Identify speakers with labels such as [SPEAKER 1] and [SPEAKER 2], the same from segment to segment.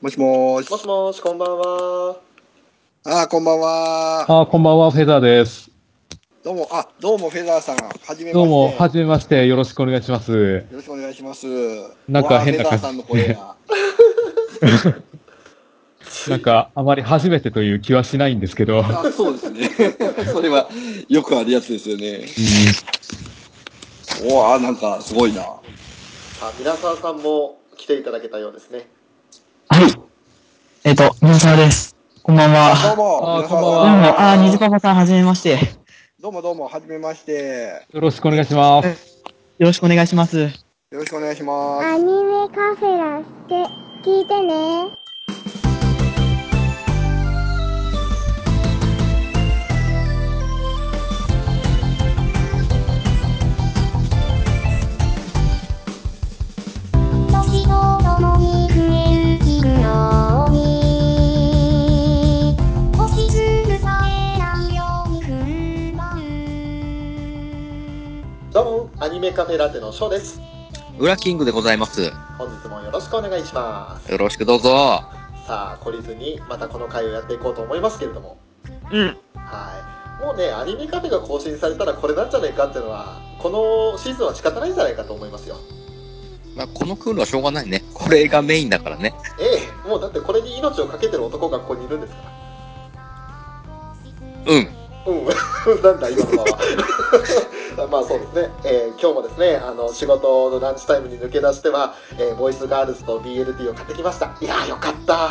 [SPEAKER 1] もしもーし。
[SPEAKER 2] もしもし、こんばんは。
[SPEAKER 1] あー、こんばんは。
[SPEAKER 3] あーこんばんは、フェザーです。
[SPEAKER 1] どうも、あ、どうもフェザーさん。はじめまして。
[SPEAKER 3] どうも、は
[SPEAKER 1] よ
[SPEAKER 3] じめまして、よろしくお願いします。
[SPEAKER 1] ろしくお願いします。
[SPEAKER 3] なんか変な
[SPEAKER 1] わーフェザー
[SPEAKER 3] 感じ
[SPEAKER 1] さんの声が。
[SPEAKER 3] なんか、あまり初めてという気はしないんですけど、
[SPEAKER 1] あ、そうですね。 それは、よくあるやつですよね。おー、あーなんか、すごいな。
[SPEAKER 2] あ、皆沢さんも来ていただけたようですね。
[SPEAKER 4] はい。えっ、と、水沢です。こんばん
[SPEAKER 1] どう
[SPEAKER 4] は。
[SPEAKER 1] も、
[SPEAKER 3] あー
[SPEAKER 1] 皆さ
[SPEAKER 3] こんばん
[SPEAKER 4] どう
[SPEAKER 3] は
[SPEAKER 4] も、あー、
[SPEAKER 1] どう
[SPEAKER 4] 虹
[SPEAKER 1] も
[SPEAKER 4] パパさん、はじめまして。よ
[SPEAKER 1] どうも、どうも、はじめまして。
[SPEAKER 3] よろしくお願いします。
[SPEAKER 4] ろしくお願いします。
[SPEAKER 1] よろしくお願いします。
[SPEAKER 5] アニメカフェラって聞いてね。年とともに増える機能に押しつぶされないように踏ん張る。
[SPEAKER 2] どうも、アニメカフェラテのショーです。
[SPEAKER 6] 裏キングでございます。
[SPEAKER 2] 本日もよろしくお願いします。
[SPEAKER 6] よろしくどうぞ。
[SPEAKER 2] さあ、懲りずに、またこの回をやっていこうと思いますけれども。
[SPEAKER 4] うん。
[SPEAKER 2] はい。もうね、アニメカフェが更新されたらこれなんじゃないかっていうのは、このシーズンは仕方ないんじゃないかと思いますよ。
[SPEAKER 6] まあ、このクールはしょうがないね。これがメインだからね。
[SPEAKER 2] ええ、もうだってこれに命を懸けてる男がここにいるんですから。
[SPEAKER 6] うん。
[SPEAKER 2] うん、なん だ今のはまあ そうですね、えー今日もですねあの仕事のランチタイムに抜け出しては、えーボイスガールズと BLT を買ってきましたいやーよかった、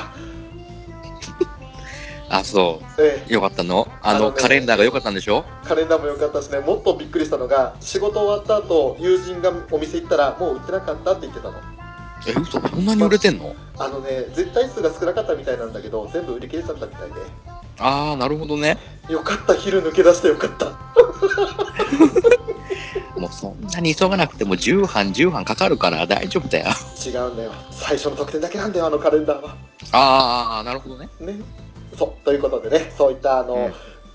[SPEAKER 6] あ、そ
[SPEAKER 2] え
[SPEAKER 6] う。よかったのあの、
[SPEAKER 2] あのね
[SPEAKER 6] カレンダーが良かったんでしょ
[SPEAKER 2] ーカレンダーもよかったしねもっとびっくりしたのが仕事終わった後友人がお店行ったらもう売ってなかったって言ってたの
[SPEAKER 6] え、嘘そんなに売れてんの
[SPEAKER 2] あのね絶対数が少なかったみたいなんだけど全部売り切れちゃったみたいで
[SPEAKER 6] あー、なるほどね。
[SPEAKER 2] よかった昼抜け出してよかった
[SPEAKER 6] もうそんなに急がなくても10班10班かかるから大丈夫だよ。
[SPEAKER 2] 違うんだよ最初の得点だけなんだよあのカレンダーは
[SPEAKER 6] あー、なるほどね。
[SPEAKER 2] ね、そうということでねそういったあの、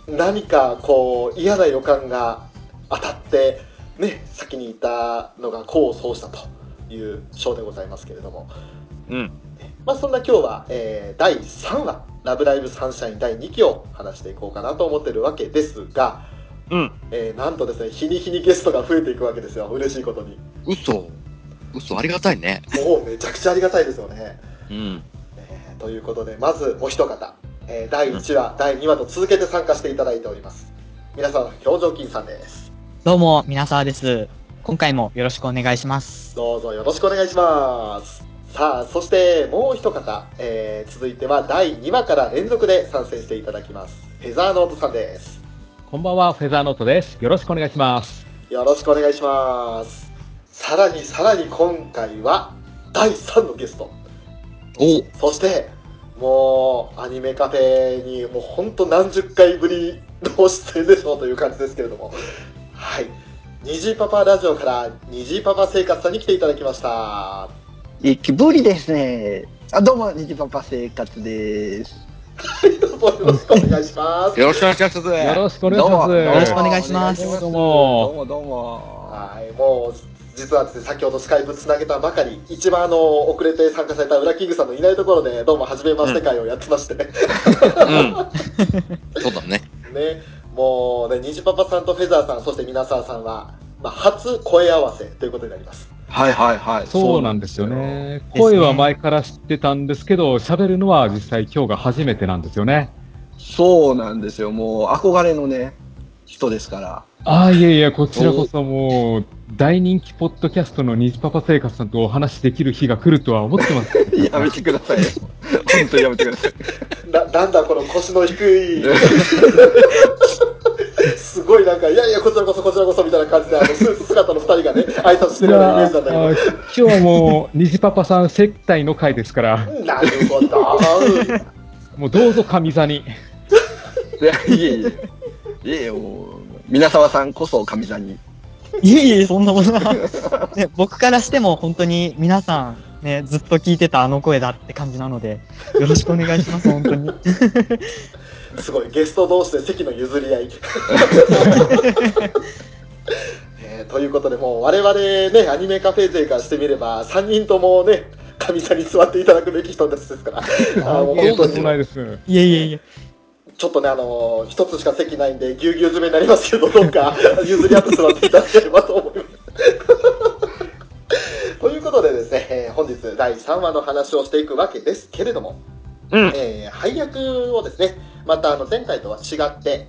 [SPEAKER 2] 何かこう嫌な予感が当たって、ね、先にいたのが功を奏したという章でございますけれども、
[SPEAKER 6] うん。
[SPEAKER 2] まあ、そんな今日は、えー第3話「ラブライブサンシャイン」第2期を話していこうかなと思ってるわけですが、
[SPEAKER 6] うん。
[SPEAKER 2] えーなんとですね日に日にゲストが増えていくわけですよ嬉しいことに
[SPEAKER 6] 嘘。嘘、ありがたいね。
[SPEAKER 2] もうめちゃくちゃありがたいですよね。
[SPEAKER 6] うん。
[SPEAKER 2] えーということでまずお一方、えー第1話、第2話と続けて参加していただいております皆さん表情筋さんです
[SPEAKER 4] どうも、皆沢です。今回もよろしくお願いします。
[SPEAKER 2] どうぞよろしくお願いしますさあそしてもう一方、えー続いては第2話から連続で参戦していただきますフェザーノートさんです
[SPEAKER 3] こんばんは、フェザーノートです。よろしくお願いします。
[SPEAKER 2] よろしくお願いしますさらにさらに今回は第3のゲスト
[SPEAKER 6] お
[SPEAKER 2] そしてもうアニメカフェにもうほんと何十回ぶりの出演でしょうという感じですけれどもはい虹パパラジオから虹パパ生活さんに来ていただきました
[SPEAKER 7] いきぶりですね。あ、どうも、にじパパ生活です。
[SPEAKER 2] どうぞよろしくお願いします
[SPEAKER 6] よろしくお願いします。
[SPEAKER 3] よろしくお願いし
[SPEAKER 7] どう
[SPEAKER 3] ま
[SPEAKER 7] も
[SPEAKER 3] す。
[SPEAKER 7] よ
[SPEAKER 4] ろしくお願いします
[SPEAKER 3] どう
[SPEAKER 7] どう
[SPEAKER 3] も。
[SPEAKER 7] も、どうも。
[SPEAKER 2] はいもう実はですね先ほどスカイプつなげたばかり一番あの遅れて参加された裏キングさんのいないところでどうも初めまして会をやってまして、
[SPEAKER 6] うん。そうだね。
[SPEAKER 2] ね、もうね、虹パパさんとフェザーさん、そして皆沢さんは、まあ、初声合わせということになります。
[SPEAKER 7] はいはいはい。
[SPEAKER 3] そうなんですよ。ね。声は前から知ってたんですけど、喋るのは実際今日が初めてなんですよね。
[SPEAKER 7] そうなんですよ。もう、憧れのね、人ですから。
[SPEAKER 3] ああ、いえいえ、こちらこそもう、大人気ポッドキャストのニジパパ生活さんとお話しできる日が来るとは思ってます。
[SPEAKER 7] やめてくださいよ。本当にやめてください。
[SPEAKER 2] な、なんだこの腰の低い、すごいなんか、いやいや、こちらこそこちらこそみたいな感じで、あの、スーツ姿の二人がね、挨拶してるようなイメージなんだけど。
[SPEAKER 3] 今日はもう、虹パパさん接待の会ですから、
[SPEAKER 2] なるほど。
[SPEAKER 3] もうどうぞ神座に。
[SPEAKER 7] いや、いえいえ。いえいえ、もう、皆沢さんこそ神さんに。
[SPEAKER 4] いえいえ、そんなことは、 ね。僕からしても本当に皆さん、ね、ずっと聞いてたあの声だって感じなので、よろしくお願いします、本 当に。
[SPEAKER 2] すごい、ゲスト同士で席の譲り合い。えーということで、もう我々ね、アニメカフェ勢からしてみれば、3人ともね、神座に座っていただくべき人たちですから、あの
[SPEAKER 3] あ
[SPEAKER 2] 本当
[SPEAKER 3] と
[SPEAKER 2] に
[SPEAKER 3] んないです。
[SPEAKER 4] いえいえいえ。
[SPEAKER 2] ちょっとね、あの一つしか席ないんで、ぎゅうぎゅう詰めになりますけど、どう か譲り合って座っていただければと思います。 ということでですね、えー本日第3話の話をしていくわけですけれども、
[SPEAKER 6] うん
[SPEAKER 2] えー配役をですね、またあの前回とは違って、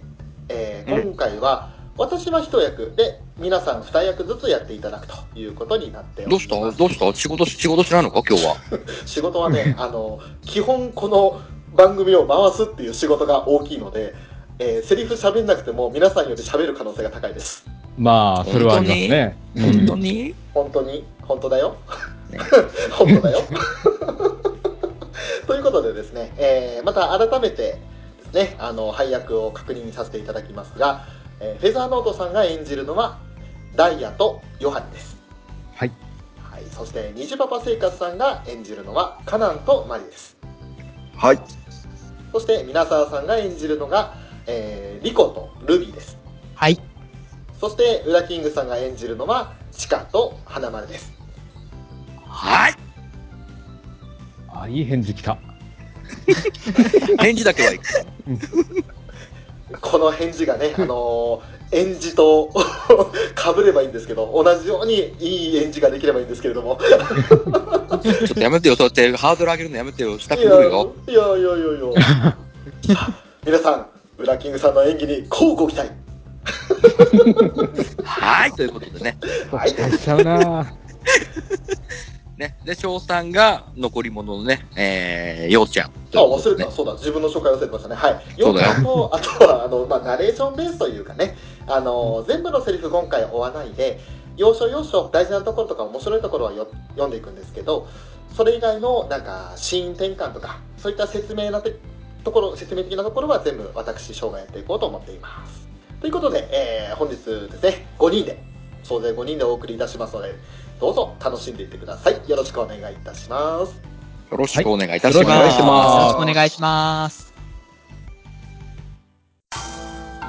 [SPEAKER 2] えー
[SPEAKER 6] うん
[SPEAKER 2] 今回は私は一役で、皆さん二役ずつやっていただくということになっており
[SPEAKER 6] ど
[SPEAKER 2] ま
[SPEAKER 6] う
[SPEAKER 2] す。
[SPEAKER 6] したどうした仕事し、仕事しないのか今日は。
[SPEAKER 2] 仕事はね、あの、基本この番組を回すっていう仕事が大きいので、えーセリフ喋んなくても皆さんより喋る可能性が高いです。
[SPEAKER 3] まあ、それはありますね。
[SPEAKER 6] 本当に
[SPEAKER 2] 本当に本当だよ。 本当だよ。 ということでですね、えーまた改めてですね、あの、配役を確認させていただきますが、えーフェザーノートさんが演じるのは、ダイヤとヨハネです。
[SPEAKER 3] はい。
[SPEAKER 2] はい。そして、ニジパパ生活さんが演じるのは、カナンとマリです。
[SPEAKER 7] はい。
[SPEAKER 2] そして皆沢さんが演じるのが、えーリコとルビーです。
[SPEAKER 4] はい。
[SPEAKER 2] そしてウラキングさんが演じるのはチカと花丸です。
[SPEAKER 6] はい。
[SPEAKER 3] あ、いい返事来た。
[SPEAKER 6] 返事だけはいい。
[SPEAKER 2] この返事が ね、あのー演じと 被ればいいんですけど、同じようにいい演じができればいいんですけれども。
[SPEAKER 6] ちょっとやめてよ。そうやってハードル上げるのやめてよ。した
[SPEAKER 2] い
[SPEAKER 6] く
[SPEAKER 2] やい
[SPEAKER 6] な
[SPEAKER 2] やい
[SPEAKER 6] る
[SPEAKER 2] や
[SPEAKER 6] よ。
[SPEAKER 2] いやいや。 皆さん、ウラキングさんの演技にこうご期待。
[SPEAKER 6] はい。ということでね。
[SPEAKER 2] はい。
[SPEAKER 3] しちゃうな。
[SPEAKER 6] ね。で、翔さんが残り物のね、えー、ようちゃん。
[SPEAKER 2] あ、忘れ
[SPEAKER 6] ね
[SPEAKER 2] た、。そうだ、自分の紹介忘れてましたね。はい。
[SPEAKER 6] そ
[SPEAKER 2] 4
[SPEAKER 6] うだよ
[SPEAKER 2] 回も、あとは、あの、まあ、ナレーションベースというかね、あの、全部のセリフ今回追わないで、要所要所、大事なところとか面白いところはよ読んでいくんですけど、それ以外の、なんか、シーン転換とか、そういった説明なてところ、説明的なところは全部私、生涯やっていこうと思っています。ということで、えー本日ですね、5人で、総勢5人でお送りいたしますので、どうぞ楽しんでいってください。よろしくお願いいたします。
[SPEAKER 6] よろしくお願いいたし
[SPEAKER 7] お願
[SPEAKER 6] ま
[SPEAKER 7] い
[SPEAKER 6] す。
[SPEAKER 7] します
[SPEAKER 4] よろしくお願いします。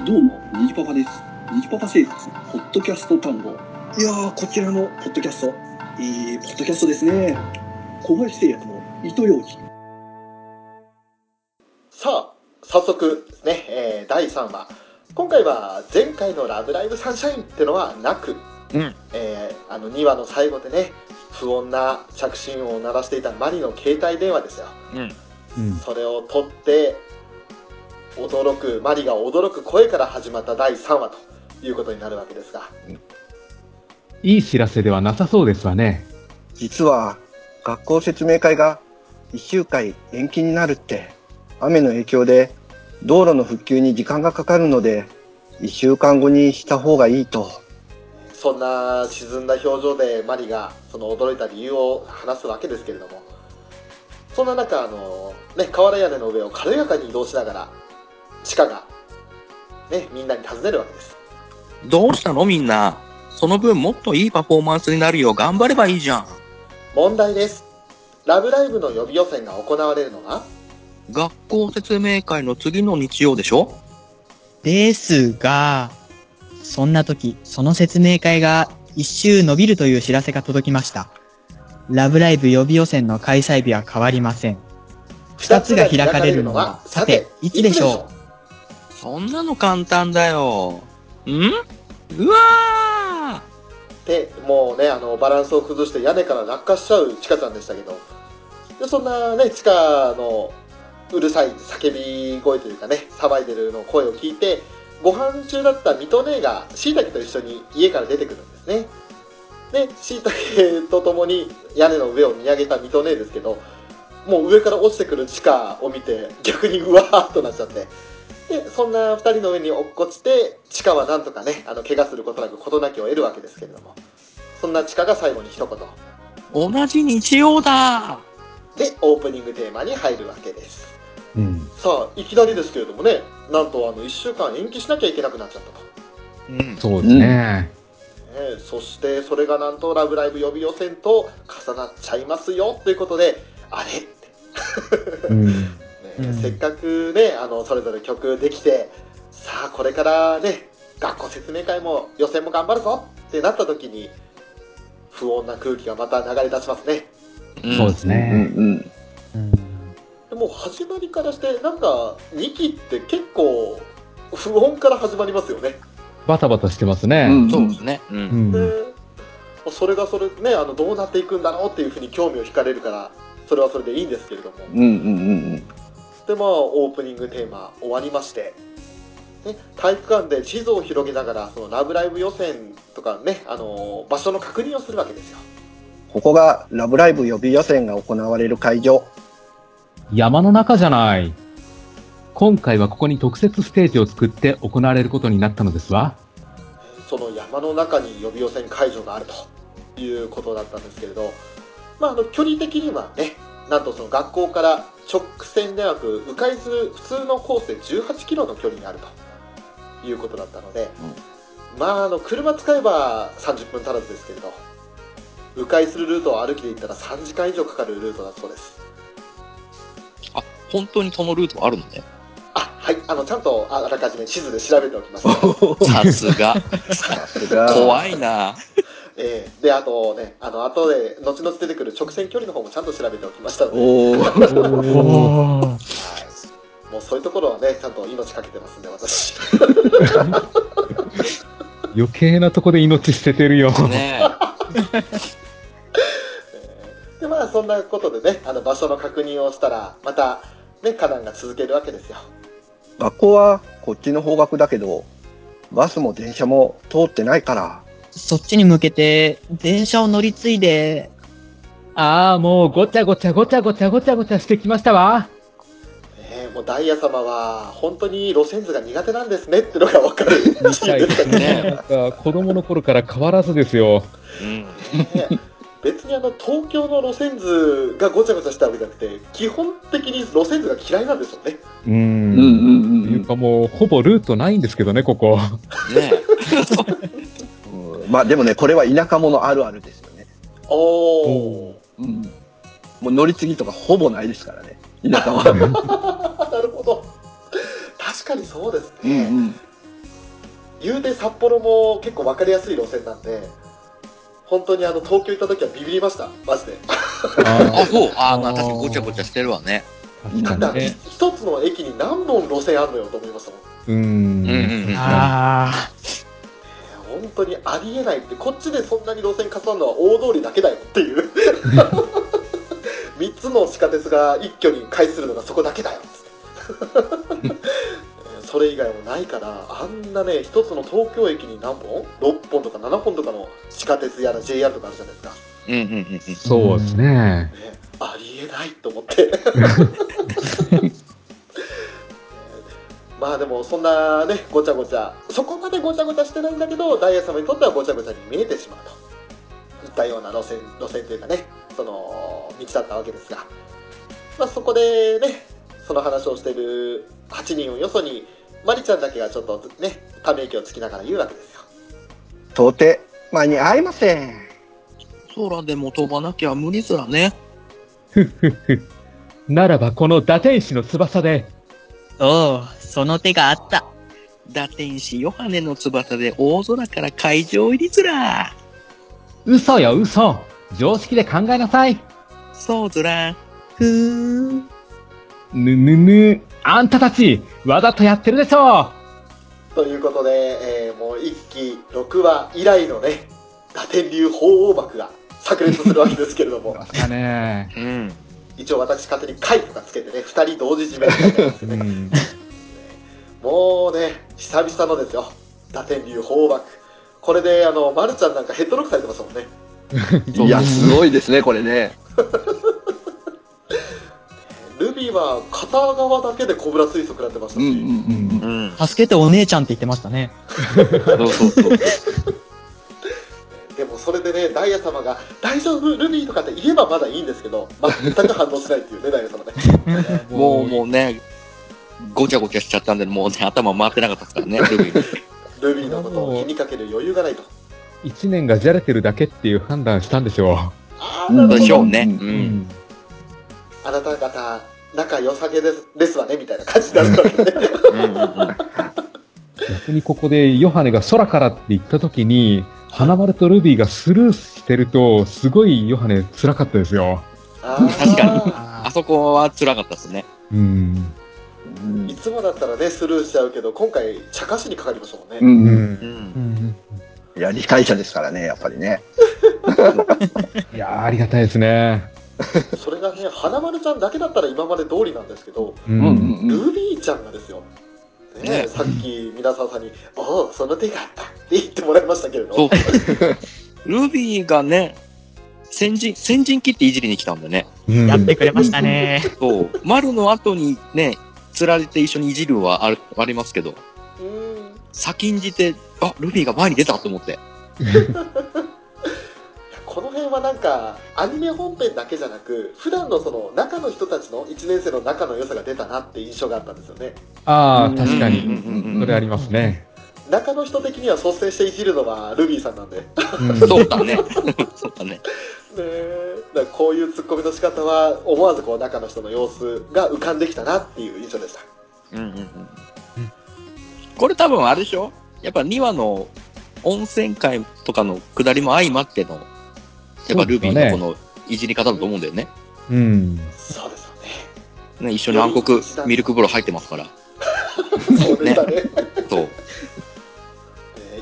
[SPEAKER 1] どうも、ニジパパです。ニジパパ生活、ポッドキャスト単語。いやー、こちらのポッドキャスト、いいポッドキャストですね。小林製薬の糸ようじ。
[SPEAKER 2] さあ早速ですね、えー第3話今回は前回の「ラブライブサンシャイン」ってのはなく、
[SPEAKER 6] うん
[SPEAKER 2] えーあの2話の最後でね不穏な着信音を鳴らしていたマリの携帯電話ですよ
[SPEAKER 6] うん。
[SPEAKER 3] うん。
[SPEAKER 2] それを取って驚くマリが驚く声から始まった第3話ということになるわけですが
[SPEAKER 3] いい知らせではなさそうですわね。
[SPEAKER 7] 実は、学校説明会が1週間延期になるって、雨の影響で道路の復旧に時間がかかるので、1週間後にした方がいいと。
[SPEAKER 2] そんな沈んだ表情でマリがその驚いた理由を話すわけですけれどもそんな中あの、ね、瓦屋根の上を軽やかに移動しながら地下が、ね、みんなに尋ねるわけです
[SPEAKER 6] どうしたのみんな。その分もっといいパフォーマンスになるよう頑張ればいいじゃん。
[SPEAKER 2] 問題です「ラブライブ!」の予備予選が行われるのが
[SPEAKER 6] 学校説明会の次の日曜でしょ
[SPEAKER 4] ですが、そんな時、その説明会が一周伸びるという知らせが届きました。ラブライブ予備予選の開催日は変わりません。二つが開かれるのは、さて、いつでしょう
[SPEAKER 6] そんなの簡単だよ。んうわ
[SPEAKER 2] でもうねあのバランスを崩して屋根から落下しちゃうチカちゃんでしたけどでそんなねチカのうるさい叫び声というかね騒いでるの声を聞いてご飯中だったミト姉がシイタケと一緒に家から出てくるんですねでシイタケと共に屋根の上を見上げたミト姉ですけどもう上から落ちてくるチカを見て逆にうわーっとなっちゃってでそんな2人の上に落っこちてチカはなんとかねあの怪我することなく事なきを得るわけですけれどもそんなチカが最後に一言
[SPEAKER 6] ー同じ日曜だ
[SPEAKER 2] でオープニングテーマに入るわけです
[SPEAKER 3] うん。
[SPEAKER 2] さあいきなりですけれどもねなんとあの1週間延期しなきゃいけなくなっちゃったと、
[SPEAKER 6] うん。
[SPEAKER 3] そうですね。
[SPEAKER 2] ねえそしてそれがなんと「ラブライブ!」予備予選と重なっちゃいますよということであれって
[SPEAKER 3] うん。
[SPEAKER 2] ね
[SPEAKER 4] うん
[SPEAKER 2] せっかくねあのそれぞれ曲できてさあこれからね学校説明会も予選も頑張るぞってなった時に不穏な空気がまた流れ出しますね
[SPEAKER 6] うん
[SPEAKER 8] そうです
[SPEAKER 7] う
[SPEAKER 8] ね。
[SPEAKER 7] ん
[SPEAKER 4] うん
[SPEAKER 2] でも始まりからしてなんか2期って結構不穏から始まりますよね、
[SPEAKER 3] バタバタしてます
[SPEAKER 7] う
[SPEAKER 3] ね。
[SPEAKER 7] ん。
[SPEAKER 6] そうですね。う。
[SPEAKER 3] うんん。
[SPEAKER 2] でそれがそれねあのどうなっていくんだろうっていうふうに興味を惹かれるからそれはそれでいいんですけれども、
[SPEAKER 7] うんうんうん
[SPEAKER 2] でまあオープニングテーマ終わりまして、ね、体育館で地図を広げながらそのラブライブ予選とかねあの場所の確認をするわけですよ
[SPEAKER 7] ここがラブライブ予備予選が行われる会場。
[SPEAKER 3] 山の中じゃない。今回はここに特設ステージを作って行われることになったのですわ。
[SPEAKER 2] その山の中に予備予選会場があるということだったんですけれど、まあ、あの距離的にはねなんとその学校から直線ではなく迂回する普通のコースで18キロの距離にあるということだったので、まああの車使えば30分足らずですけれど迂回するルートを歩きで行ったら3時間以上かかるルートだそうです
[SPEAKER 6] あ、本当にそのルートあるのね。
[SPEAKER 2] あはいあのちゃんとああらかじめ地図で調べておきました
[SPEAKER 6] さすが。
[SPEAKER 7] 怖
[SPEAKER 6] 怖いな。
[SPEAKER 2] ええであとねあの後で後々出てくる直線距離の方もちゃんと調べておきましたので
[SPEAKER 7] おお。
[SPEAKER 4] おー
[SPEAKER 2] はい、もうそういうところはね、ちゃんと命かけてますんで、私。
[SPEAKER 3] 余計なとこで命捨ててるよ。
[SPEAKER 6] ね
[SPEAKER 2] で、まあ、そんなことでね、あの場所の確認をしたら、また、ね、カナンが続けるわけですよ。
[SPEAKER 7] 学校はこっちの方角だけど、バスも電車も通ってないから、
[SPEAKER 4] そっちに向けて、電車を乗り継いで、
[SPEAKER 3] ああ、もうごちゃごちゃごちゃごちゃごちゃごちゃしてきましたわ。
[SPEAKER 2] ねえもうダイヤ様は、本当に路線図が苦手なんですねってのが分かる
[SPEAKER 3] み
[SPEAKER 2] シー
[SPEAKER 3] た
[SPEAKER 2] ン
[SPEAKER 3] い
[SPEAKER 2] で
[SPEAKER 3] ですす
[SPEAKER 2] からね。
[SPEAKER 3] ね。なんか子供の頃から変わらずですよ。
[SPEAKER 6] え。うん。
[SPEAKER 2] ねえ別にあの東京の路線図がごちゃごちゃしたわけじゃなくて、基本的に路線図が嫌いなんですよね。
[SPEAKER 3] う
[SPEAKER 7] うんう
[SPEAKER 3] ん。
[SPEAKER 7] ん
[SPEAKER 3] と
[SPEAKER 7] う
[SPEAKER 3] いうんかもう、ほぼルートないんですけどね、ここ。
[SPEAKER 6] ね
[SPEAKER 7] うん、まあでもね、これは田舎者あるあるですよね。
[SPEAKER 2] おお
[SPEAKER 7] うん、もう乗り継ぎとかほぼないですからね、田舎は。
[SPEAKER 2] ー、なるほど。確かにそうですね。
[SPEAKER 7] うん
[SPEAKER 2] 言うて札幌も結構分かりやすい路線なんで本当にあの東京行った時はビビりましたマジで
[SPEAKER 6] え。あ、そう。あ、ま
[SPEAKER 3] あ
[SPEAKER 6] あ
[SPEAKER 3] ー
[SPEAKER 6] 確かにごちゃごちゃしてるわね。
[SPEAKER 3] 確
[SPEAKER 2] だ
[SPEAKER 3] か
[SPEAKER 2] っ
[SPEAKER 3] に
[SPEAKER 2] て
[SPEAKER 3] ね。
[SPEAKER 2] 一つの駅に何本路線あるのよと思いましたもん
[SPEAKER 3] う
[SPEAKER 6] うん
[SPEAKER 3] ん。
[SPEAKER 6] うんうん。
[SPEAKER 4] あ
[SPEAKER 2] 本当にありえないってこっちでそんなに路線重なるのは大通りだけだよっていう3つの地下鉄が一挙に介するのがそこだけだよっつって それ以外もないからあんなね一つの東京駅に何本 ?6 本とか7本とかの地下鉄やら JR とかあるじゃないですか
[SPEAKER 6] うんうんうんうん。
[SPEAKER 3] そうですね。
[SPEAKER 2] ねありえないと思って。まあでもそんなねごちゃごちゃそこまでごちゃごちゃしてないんだけどダイヤ様にとってはごちゃごちゃに見えてしまうといったような路線路線というかねその道だったわけですが、まあ、そこでねその話をしてる8人をよそにマリちゃんだけがちょっとねため息をつきながら言うわけですよ。
[SPEAKER 7] 到底、間に合いません。
[SPEAKER 6] 空でも飛ばなきゃ無理すらね。
[SPEAKER 3] ならば、この打天使の翼で、
[SPEAKER 4] あ、おう、その手があった。
[SPEAKER 6] 打天使ヨハネの翼で大空から会場入りずら。
[SPEAKER 3] 嘘よ、嘘。常識で考えなさい。
[SPEAKER 6] そうずら。
[SPEAKER 4] ふーん。
[SPEAKER 3] ぬぬぬ。あんたたち、わざとやってるでしょ
[SPEAKER 2] ということで、えーもう1期6話以来のね打天竜鳳凰幕が炸裂するわけですけれど も
[SPEAKER 3] だね。
[SPEAKER 6] うん。
[SPEAKER 2] 一応私勝手に回とかつけてね2人同時締めみたいなやつ
[SPEAKER 3] う
[SPEAKER 2] でね
[SPEAKER 3] ん。
[SPEAKER 2] もうね久々のですよ打天竜鳳凰幕これであの、ま、るちゃんなんかヘッドロックされてましたもんね
[SPEAKER 7] いや、すごいですね、これね。
[SPEAKER 2] ルビーは片側だけでコブラ推測らってました
[SPEAKER 7] うん
[SPEAKER 2] し、
[SPEAKER 7] うんうん。
[SPEAKER 6] うん。
[SPEAKER 4] 助けてお姉ちゃんって言ってましたね。
[SPEAKER 6] そうそうそう。
[SPEAKER 2] でもそれでねダイヤ様が「大丈夫ルビー」とかって言えばまだいいんですけど全く反応しないっていうねダイヤ様ね
[SPEAKER 6] もうもうね、ごちゃごちゃしちゃったんで、もうね、頭回ってなかったですからね、ルビー。
[SPEAKER 2] ルビーのことを気にかける余裕がないと
[SPEAKER 3] 一年がじゃれてるだけっていう判断したんでしょ
[SPEAKER 2] ああ
[SPEAKER 7] うん
[SPEAKER 6] でしょうね。
[SPEAKER 7] うん
[SPEAKER 6] う
[SPEAKER 3] う。
[SPEAKER 6] ん。。
[SPEAKER 2] あなた方仲良さげですですわねみたいな感じになるわけね
[SPEAKER 6] うんうんうん。
[SPEAKER 3] 逆にここでヨハネが空からって言った時に、花丸とルビーがスルーしてると、すごいヨハネ辛かったですよ。
[SPEAKER 2] あー
[SPEAKER 6] 確あそこは辛かったですね。
[SPEAKER 3] うん。
[SPEAKER 7] うん
[SPEAKER 2] いつもだったらね、スルーしちゃうけど、今回、茶化しにかかりましたもんね。
[SPEAKER 7] うんうん
[SPEAKER 6] うん。
[SPEAKER 3] ん。
[SPEAKER 7] いや、理解者ですからね、やっぱりね。
[SPEAKER 3] いやー、ありがたいですね。
[SPEAKER 2] それがね、花丸ちゃんだけだったら今まで通りなんですけど、
[SPEAKER 3] う。
[SPEAKER 7] うん
[SPEAKER 2] ルビーちゃんがですよ、ね
[SPEAKER 6] ね
[SPEAKER 2] さっき皆さんさんに、おお、その手があったって言ってもらいましたけれど、
[SPEAKER 6] そう。ルビーがね、先陣、先陣切っていじりに来たんでね。
[SPEAKER 3] うん
[SPEAKER 4] やってくれましたね。
[SPEAKER 6] そう。丸の後にね、釣られて一緒にいじるはあるありますけど、
[SPEAKER 2] うん
[SPEAKER 6] 先んじて、あ、ルビーが前に出たと思って。
[SPEAKER 2] この辺はなんか、アニメ本編だけじゃなく、普段のその中の人たちの1年生の仲の良さが出たなって印象があったんですよね。
[SPEAKER 3] ああ、確か
[SPEAKER 6] うん
[SPEAKER 3] に。
[SPEAKER 6] うんうんう
[SPEAKER 3] そ
[SPEAKER 6] ん
[SPEAKER 3] れありますね。
[SPEAKER 2] 中の人的には率先していじるのはルビーさんなんで、ね
[SPEAKER 3] うん
[SPEAKER 6] そうだね。 そうだね。
[SPEAKER 2] えだからこういうツッコミの仕方は、思わずこう中の人の様子が浮かんできたなっていう印象でした。
[SPEAKER 6] うんうんうん。これ多分あれでしょやっぱ2話の温泉会とかの下りも相まっての、やっぱルビーのこのいじり方だと思うんだよね。
[SPEAKER 3] うん。
[SPEAKER 2] そうですよね。
[SPEAKER 6] ね一緒に暗黒ミルクボール入ってますから。
[SPEAKER 2] そうでしたね。
[SPEAKER 6] そ
[SPEAKER 2] え
[SPEAKER 6] う。
[SPEAKER 2] ー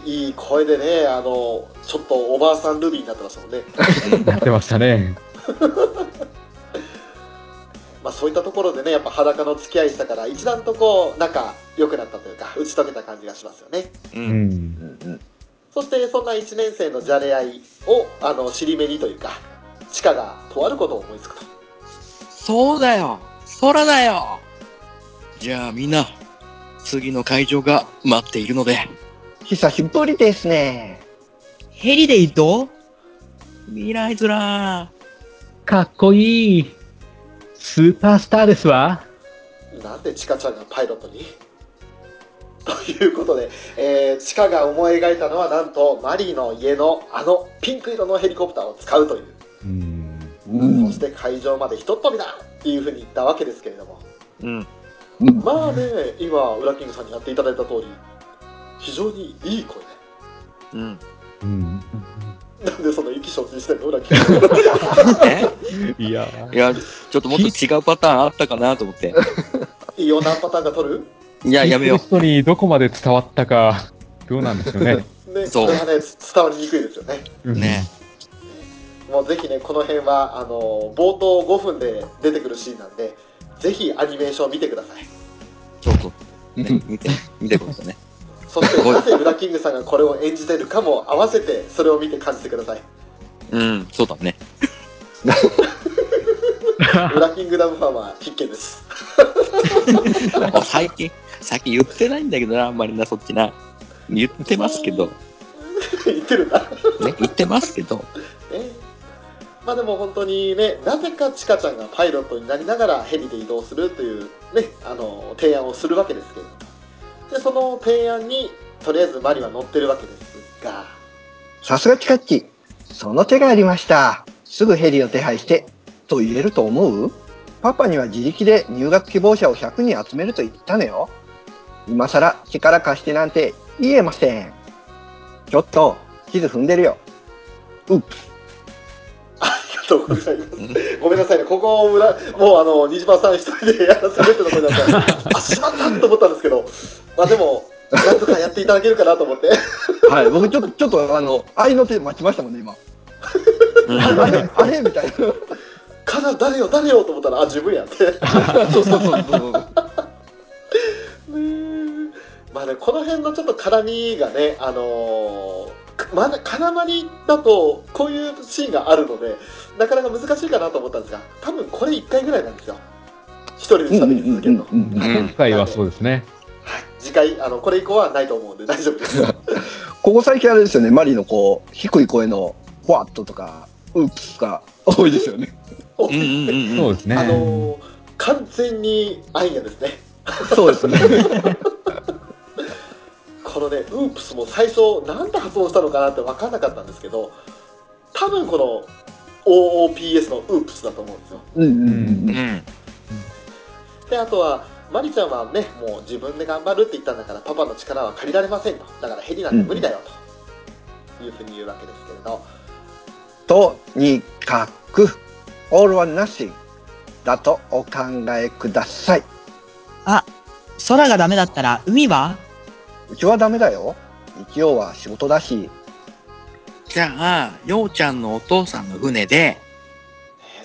[SPEAKER 2] いい声でね、あの、ちょっとおばあさんルビーになってましたもんね。
[SPEAKER 3] やってましたね。
[SPEAKER 2] まあそういったところでね、やっぱ裸の付き合いしたから、一段とこう、仲良くなったというか、打ち解けた感じがしますよね。
[SPEAKER 6] う。
[SPEAKER 3] うんん。
[SPEAKER 7] うん
[SPEAKER 2] そしてそんな1年生のじゃれ合いを、あの、尻目にというか、チカがとあることを思いつくと。
[SPEAKER 6] そうだよ空だよじゃあみんな、次の会場が待っているので、
[SPEAKER 7] 久しぶりですね。
[SPEAKER 4] ヘリで移動
[SPEAKER 6] 未来ズラ
[SPEAKER 3] かっこいい。スーパースターですわ。
[SPEAKER 2] なんでチカちゃんがパイロットに ということで、えー、チカが思い描いたのはなんとマリーの家のあのピンク色のヘリコプターを使うという
[SPEAKER 3] うん。
[SPEAKER 7] うん
[SPEAKER 2] そして会場までひとっ飛びだっていうふうに言ったわけですけれども、
[SPEAKER 6] うん。
[SPEAKER 7] うん
[SPEAKER 2] まあね、今、ウラキングさんにやっていただいた通り、非常にいい声ね。
[SPEAKER 6] うん。
[SPEAKER 3] うん。
[SPEAKER 2] なんでその意気消沈してんの、ウラキング さん。
[SPEAKER 6] え
[SPEAKER 3] いや
[SPEAKER 6] いや、ちょっともっと違うパターンあったかなと思って。
[SPEAKER 2] いいよ、何パターンが取る
[SPEAKER 6] いや、やめよう。
[SPEAKER 3] 人にどこまで伝わったか、どうなんですよね。
[SPEAKER 2] ね、
[SPEAKER 6] そう
[SPEAKER 2] これはね、つ伝わりにくいですよね。
[SPEAKER 3] うん
[SPEAKER 6] ね。
[SPEAKER 2] もうぜひね、この辺は、あの、冒頭5分で出てくるシーンなんで、ぜひアニメーションを見てください。
[SPEAKER 6] ちょっと、ね、見て、見てくださいね。
[SPEAKER 2] そして、
[SPEAKER 6] すごい
[SPEAKER 2] なぜウラキングさんがこれを演じてるかも合わせて、それを見て感じてくだ さい。
[SPEAKER 6] うん、そうだね。
[SPEAKER 2] ウラキングダムファンは必見です。
[SPEAKER 6] あ最近、最近言ってないんだけどな、あんまりな、そっちな。言ってますけど、ね、
[SPEAKER 2] 言ってるんだ。
[SPEAKER 6] 言ってますけど、
[SPEAKER 2] ねまあでも本当にね、なぜかチカちゃんがパイロットになりながらヘリで移動するというね、あの、提案をするわけですけれども。で、その提案に、とりあえずマリは乗ってるわけですが、
[SPEAKER 7] さすがチカッチ。その手がありました。すぐヘリを手配して、と言えると思うパパには自力で入学希望者を100人集めると言ったのよ。今更力貸してなんて言えません。ちょっと、地図踏んでるよ。うっ
[SPEAKER 2] ありがとうございます。 ごめんなさいね、ここを裏、もうあの、虹パさん一人でやらされてるのごめんなさい。あ、しまったと思ったんですけど、まあでも、なんとかやっていただけるかなと思って。
[SPEAKER 7] はい、僕ちょっと、ちょっとあの、愛の手待ちましたもんね、今。
[SPEAKER 6] うん
[SPEAKER 7] あれ、あれあれみたいな。
[SPEAKER 2] かな、誰よ、誰よと思ったら、あ、自分やって。
[SPEAKER 7] そうそうそうそう。
[SPEAKER 2] ねえまあね、この辺のちょっと絡みがね、あのーかまだ絡まりだとこういうシーンがあるのでなかなか難しいかなと思ったんですが多分これ1回ぐらいなんですよ一人で
[SPEAKER 7] うん
[SPEAKER 2] 喋り続けるの、
[SPEAKER 7] うんうんうん
[SPEAKER 6] うん
[SPEAKER 3] 今回はそうですね。
[SPEAKER 2] 次回あのこれ以降はないと思うんで大丈夫です
[SPEAKER 7] ここ最近あれですよね、マリのこう、低い声の、ふわっととか、うっとか、多いですよね。
[SPEAKER 6] うんうんうん。
[SPEAKER 3] そううんですね。
[SPEAKER 2] あのー完全にアイアですね
[SPEAKER 7] そうですね。
[SPEAKER 2] このねウープスも最初なんで発音したのかなって分かんなかったんですけど多分この OOPS のウープスだと思うんですよ
[SPEAKER 7] うんうんうん
[SPEAKER 6] う。ん。
[SPEAKER 2] であとはマリちゃんはねもう自分で頑張るって言ったんだからパパの力は借りられませんとだからヘリなんて無理だよと、いうふうに言うわけですけれど
[SPEAKER 7] とにかく all or nothing だとお考えください。
[SPEAKER 4] あ、空がダメだったら海は
[SPEAKER 7] うちはダメだよ。日曜は仕事だし、
[SPEAKER 6] じゃあ、ようちゃんのお父さんの船で、
[SPEAKER 2] ね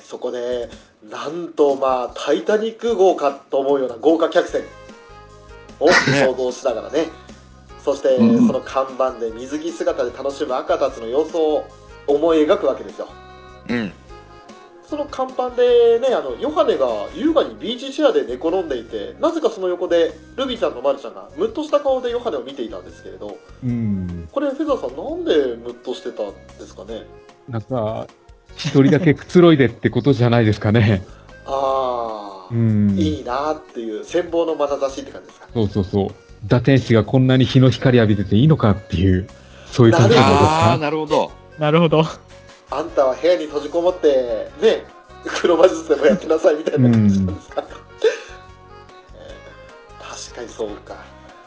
[SPEAKER 2] そこでなんとまあ「タイタニック」号かと思うような豪華客船を想像しながらねそして
[SPEAKER 7] うん
[SPEAKER 2] その看板で水着姿で楽しむ赤たちの様子を思い描くわけですよ
[SPEAKER 6] うん。
[SPEAKER 2] その看板でねあのヨハネが優雅にビーチシェアで寝転んでいてなぜかその横でルビーちゃんとマルちゃんがムッとした顔でヨハネを見ていたんですけれど
[SPEAKER 3] うん。
[SPEAKER 2] これフェザーさんなんでムッとしてたんですかね
[SPEAKER 3] なんか、一人だけくつろいでってことじゃないですかね。
[SPEAKER 2] ああ、
[SPEAKER 3] うん。
[SPEAKER 2] いいなーっていう羨望の眼差しって感じですか
[SPEAKER 3] そうそうそう。堕天使がこんなに日の光浴びてていいのかっていう、そういう感じのことです
[SPEAKER 6] ああ、
[SPEAKER 3] か
[SPEAKER 6] なるほど。
[SPEAKER 4] なるほど。
[SPEAKER 2] あんたは部屋に閉じこもって、ね、黒魔術でもやってなさいみたいな感じなんですか。確かにそうか。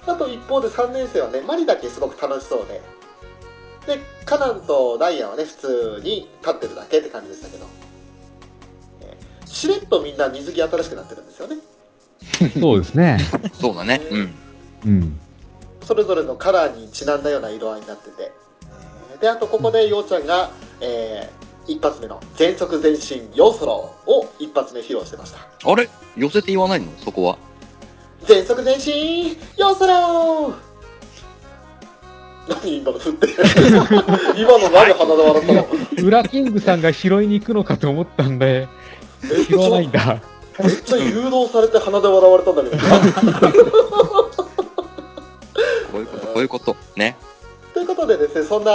[SPEAKER 2] あと一方で3年生はね、マリだけすごく楽しそうで。で、カナンとダイヤはね、普通に立ってるだけって感じでしたけど。えーしれっとみんな水着新しくなってるんですよね。
[SPEAKER 3] そうですね。
[SPEAKER 6] そうだね。うん。
[SPEAKER 3] うん。
[SPEAKER 2] それぞれのカラーにちなんだような色合いになってて。えーで、あとここでようちゃんが、えー一発目の全速全身ヨーソロを一発目披露してました。
[SPEAKER 6] あれ寄せて言わないのそこは。
[SPEAKER 2] 全速前進よそろ何今の振って 今の何鼻で笑ったの
[SPEAKER 3] ウラキングさんが拾いに行くのかと思ったんで、
[SPEAKER 2] めっ
[SPEAKER 3] 拾わないん
[SPEAKER 2] ち
[SPEAKER 3] だ。
[SPEAKER 2] ゃ めっちゃ誘導されて鼻で笑われたんだけど
[SPEAKER 6] こういうこと、こういうこと。ね。
[SPEAKER 2] ということでですねそんな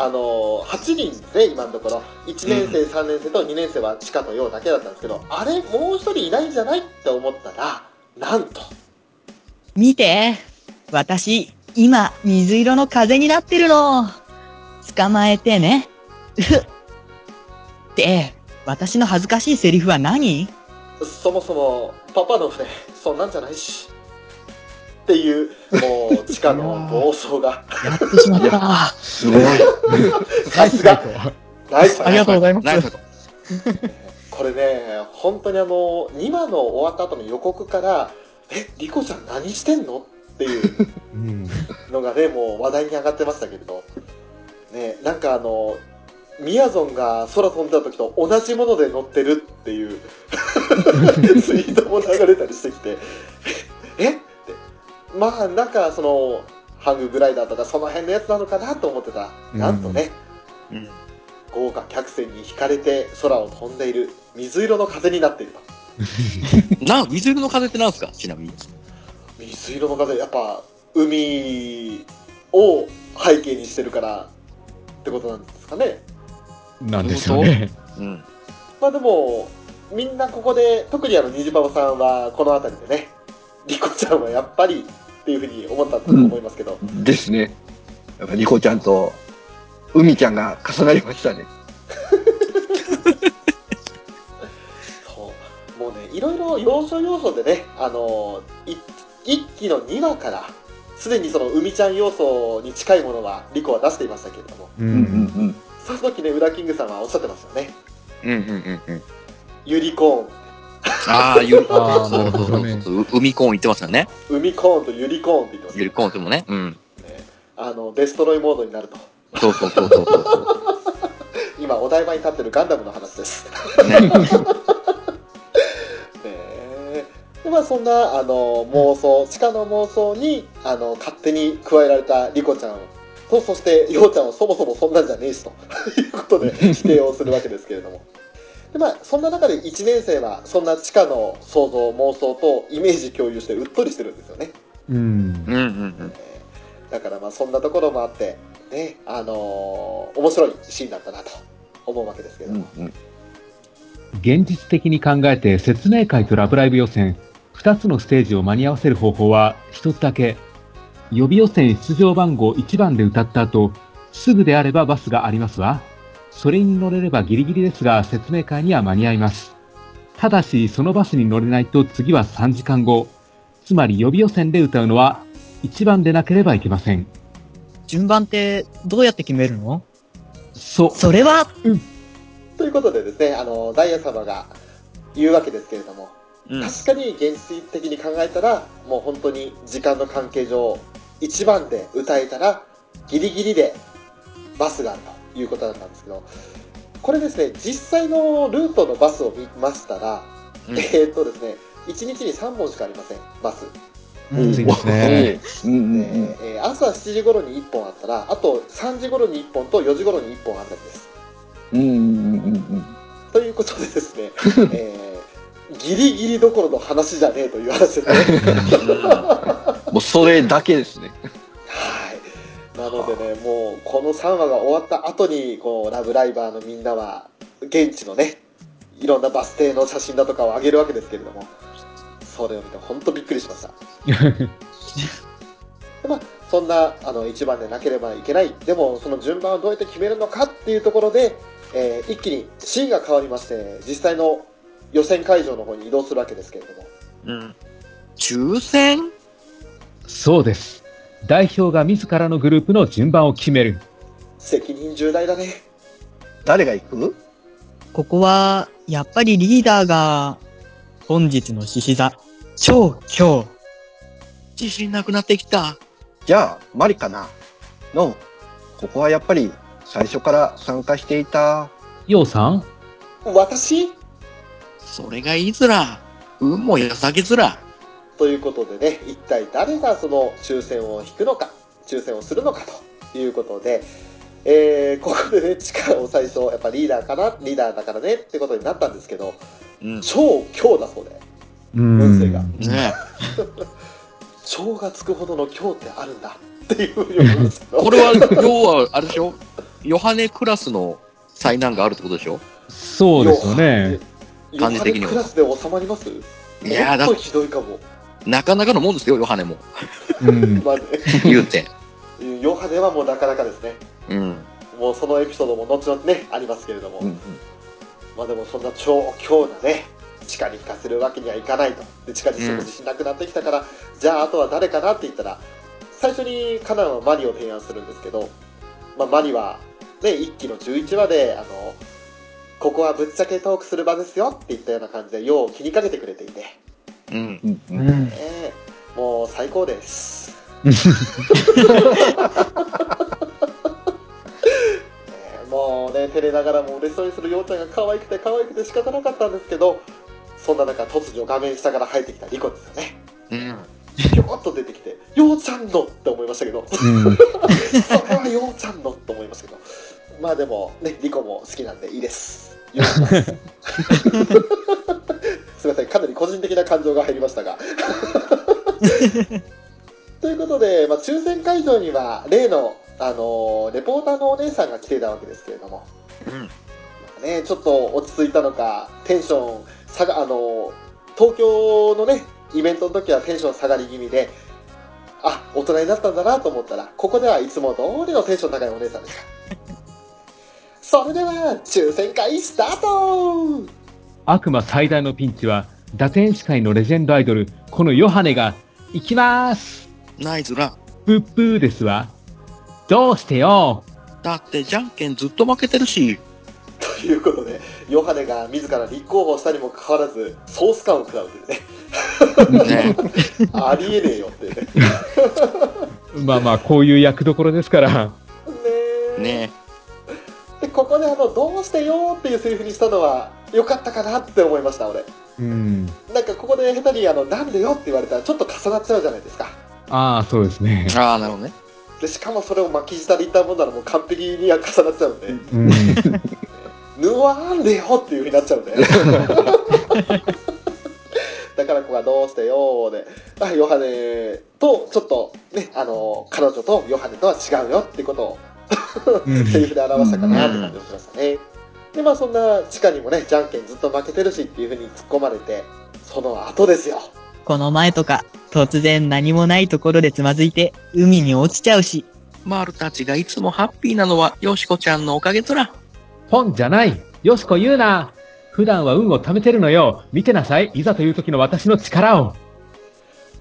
[SPEAKER 2] あの8人ですね今のところ1年生3年生と2年生は地下とようだけだったんですけどあれもう一人いないんじゃないって思ったらなんと
[SPEAKER 4] 見て私、今、水色の風になってるの捕まえてね。うふで、私の恥ずかしいセリフは何
[SPEAKER 2] そもそもパパの船そんなんじゃないしっていうもう地下の暴走が
[SPEAKER 4] やってしまった。
[SPEAKER 7] すごい。
[SPEAKER 2] さすがナイス
[SPEAKER 4] ありがとうございます
[SPEAKER 6] ナイスナイス
[SPEAKER 2] これね本当にあの2話の終わった後の予告から「えリコちゃん何してんの?」っていう
[SPEAKER 3] うん。
[SPEAKER 2] のがねもう話題に上がってましたけれど、ね、なんかあのみやぞんが空飛んでた時と同じもので乗ってるっていう ツイートも流れたりしてきて「えっ?」ってまあなんかそのハンググライダーとかその辺のやつなのかなと思ってたなんとね、
[SPEAKER 6] うん
[SPEAKER 2] 豪華客船に引かれて空を飛んでいる水色の風になっていると
[SPEAKER 6] な、水色の風ってなんですかちなみに。
[SPEAKER 2] 水色の風やっぱ海を背景にしてるからってことなんですかね
[SPEAKER 3] なんでしょうね。
[SPEAKER 6] うん。
[SPEAKER 2] まあでもみんなここで特にあのにじぱばさんはこの辺りでねリコちゃんはやっぱりっていうふうに思ったと思いますけど、
[SPEAKER 7] ですね。やっぱりリコちゃんと海ちゃんが重なりましたね。
[SPEAKER 2] そうもうねいろいろ要所要所でねあのい一期の2話からすでにその海ちゃん要素に近いものはリコは出していましたけれども
[SPEAKER 3] う
[SPEAKER 7] うん
[SPEAKER 3] ん。
[SPEAKER 7] うん
[SPEAKER 2] その時ね、ウラキングさんはおっしゃってましたよね。
[SPEAKER 6] うんうんうんうん。
[SPEAKER 2] ユリコ
[SPEAKER 6] ああ、ゆる、
[SPEAKER 3] あー
[SPEAKER 6] そ
[SPEAKER 3] な
[SPEAKER 6] う
[SPEAKER 3] る
[SPEAKER 6] そう
[SPEAKER 3] ほ
[SPEAKER 6] そ
[SPEAKER 3] ど
[SPEAKER 6] う
[SPEAKER 3] ね
[SPEAKER 6] そう。う海コーン言ってましたよね。
[SPEAKER 2] ーン、海コーンとユリコーンって言ってます
[SPEAKER 6] ゆるコーンってもね。うん。
[SPEAKER 2] ねあの、デストロイモードになると。
[SPEAKER 6] そうそうそうそうそ
[SPEAKER 2] 今、お台場に立ってるガンダムの話です。ね
[SPEAKER 6] う。ね。
[SPEAKER 2] えでまあ、そんな、あの、妄想、地下の妄想に、あの、勝手に加えられたリコちゃんと、そして、ようちゃんはそもそもそんなんじゃねえし、ということで、否定をするわけですけれども。でまあ、そんな中で1年生は、そんな地下の想像、妄想とイメージ共有して、うっとりしてるんですよね。
[SPEAKER 3] うん
[SPEAKER 6] うんうんうん。
[SPEAKER 2] だからまあそんなところもあって、ね、あのー面白いシーンだったなと思うわけですけど、
[SPEAKER 7] うんうん。
[SPEAKER 3] 現実的に考えて説明会とラブライブ予選、2つのステージを間に合わせる方法は1つだけ。予備予選出場番号1番で歌った後、すぐであればバスがありますわ。それに乗れればギリギリですが、説明会には間に合います。ただし、そのバスに乗れないと次は3時間後。つまり予備予選で歌うのは1番でなければいけません。
[SPEAKER 4] 順番ってどうやって決めるの
[SPEAKER 3] そう。
[SPEAKER 4] それは、
[SPEAKER 2] ということでですね、あの、ダイヤ様が言うわけですけれども、
[SPEAKER 6] うん。
[SPEAKER 2] 確かに現実的に考えたら、もう本当に時間の関係上、1番で歌えたら、ギリギリでバスがあるということだったんですけど、これですね、実際のルートのバスを見ましたら、
[SPEAKER 6] うん
[SPEAKER 2] えーっとですね、1日に3本しかありません、バス。
[SPEAKER 4] うん、
[SPEAKER 3] 暑いですね。
[SPEAKER 7] うんうんうん
[SPEAKER 2] でえー朝7時頃に1本あったら、あと3時頃に1本と4時頃に1本あったりです。
[SPEAKER 7] うんうんうんうん
[SPEAKER 2] ということでですね、えーギリギリどころの話じゃねえという話ですね。
[SPEAKER 8] もうそれだけですね。
[SPEAKER 2] はい。なのでね、もうこの3話が終わった後に、こう、ラブライバーのみんなは、現地のね、いろんなバス停の写真だとかを上げるわけですけれども、それを見て本当びっくりしました。でまあ、そんなあの一番でなければいけない、でもその順番をどうやって決めるのかっていうところで、えー一気にシーンが変わりまして、実際の予選会場の方に移動するわけですけれども、
[SPEAKER 6] うん。抽選
[SPEAKER 3] そうです。代表が自らのグループの順番を決める。
[SPEAKER 2] 責任重大だね。
[SPEAKER 7] 誰が行く
[SPEAKER 4] ここは、やっぱりリーダーが、本日の獅子座、超強。
[SPEAKER 6] 自信なくなってきた。
[SPEAKER 7] じゃあマリかなのここはやっぱり最初から参加していた
[SPEAKER 3] ようさん
[SPEAKER 2] 私
[SPEAKER 6] それが言いづら。運もやさげづら。
[SPEAKER 2] ということでね、一体誰がその抽選を引くのか、抽選をするのかということで、えーここでね、力を最初、やっぱリーダーかな、リーダーだからねってことになったんですけど、
[SPEAKER 6] うん。
[SPEAKER 2] 超強だそうで、
[SPEAKER 3] う
[SPEAKER 2] 運勢が
[SPEAKER 3] ん。
[SPEAKER 6] ね
[SPEAKER 2] 超がつくほどの強ってあるんだっていうふうに思うんですけど、
[SPEAKER 6] これは、要は、あれでしょヨハネクラスの災難があるってことでしょ
[SPEAKER 3] そうですよね。
[SPEAKER 2] ヨハ
[SPEAKER 6] 感
[SPEAKER 2] ネ
[SPEAKER 6] じ的には
[SPEAKER 2] クラスで収まります
[SPEAKER 6] いやーだ
[SPEAKER 2] もっとひどいかも。
[SPEAKER 6] なかなかのもんですよ、ヨハネ も。
[SPEAKER 3] うん。
[SPEAKER 2] まあね、
[SPEAKER 6] 言うて。
[SPEAKER 2] ヨハネはもうなかなかですね。
[SPEAKER 6] うん。
[SPEAKER 2] もうそのエピソードも後々ね、ありますけれども。
[SPEAKER 7] うんうん
[SPEAKER 2] まあでもそんな超強なね、地下に引かせるわけにはいかないと。で、地下にそこ自信なくなってきたから、じゃああとは誰かなって言ったら、最初にカナンはマリを提案するんですけど、まあマリは、ね、1期の11話で、あの、ここはぶっちゃけトークする場ですよって言ったような感じで、よう気にかけてくれていて、ね
[SPEAKER 6] うん。
[SPEAKER 7] うんうん
[SPEAKER 4] ん。
[SPEAKER 2] えもう最高です。ねえもうね、照れながらも嬉しそうにするようちゃんが可愛くて可愛くて仕方なかったんですけど、そんな中突如画面下から入ってきたリコですよね。
[SPEAKER 6] うん。
[SPEAKER 2] ぴょこっと出てきて、ようちゃんのって思いましたけど、
[SPEAKER 3] うん。
[SPEAKER 2] そこはようちゃんのと思いましたけど、まあでも、ね、リコも好きなんでいいです。許します。すみません、かなり個人的な感情が入りました が。ということで、まあ、抽選会場には、例の、あのーレポーターのお姉さんが来ていたわけですけれども、
[SPEAKER 6] うん
[SPEAKER 2] まあね、ちょっと落ち着いたのか、テンション下が、あのー東京のね、イベントの時はテンション下がり気味で、あ、大人になったんだなと思ったら、ここではいつも通りのテンション高いお姉さんでした。 それでは、抽選会スタート
[SPEAKER 3] 悪魔最大のピンチは、打天使界のレジェンドアイドル、このヨハネが、行きます
[SPEAKER 6] ナイズら。
[SPEAKER 3] プップーですわ。どうしてよ
[SPEAKER 6] だって、じゃんけんずっと負けてるし。
[SPEAKER 2] ということで、ヨハネが自ら立候補したにもかかわらず、ソース感を食らうというね、
[SPEAKER 6] ね
[SPEAKER 2] ありえねえよっていうね。ね
[SPEAKER 3] まあまあ、こういう役どころですから。
[SPEAKER 2] え。
[SPEAKER 6] ね
[SPEAKER 2] で、ここであの、どうしてよーっていうセリフにしたのは、良かったかなって思いました、俺。
[SPEAKER 3] うん。
[SPEAKER 2] なんかここで下手にあの、なんでよって言われたら、ちょっと重なっちゃうじゃないですか。
[SPEAKER 3] ああ、そうですね。
[SPEAKER 6] ああ、なるほどね。
[SPEAKER 2] で、しかもそれを巻き舌で言ったもんならもう完璧には重なっちゃうんで、
[SPEAKER 3] うん。
[SPEAKER 2] ぬわーんでよっていうふうになっちゃうんで。だからここはどうしてよーで、あヨハネとちょっとね、あの、彼女とヨハネとは違うよってことを
[SPEAKER 3] うん
[SPEAKER 2] セリフで表したかなって感じがしましたね。で、まあそんな地下にもね、じゃんけんずっと負けてるしっていうふうに突っ込まれて、その後ですよ。
[SPEAKER 4] この前とか、突然何もないところでつまずいて、海に落ちちゃうし、
[SPEAKER 6] マルたちがいつもハッピーなのは、ヨシコちゃんのおかげずら。
[SPEAKER 3] 本じゃないよしこ言うな普段は運を貯めてるのよ見てなさいいざという時の私の力を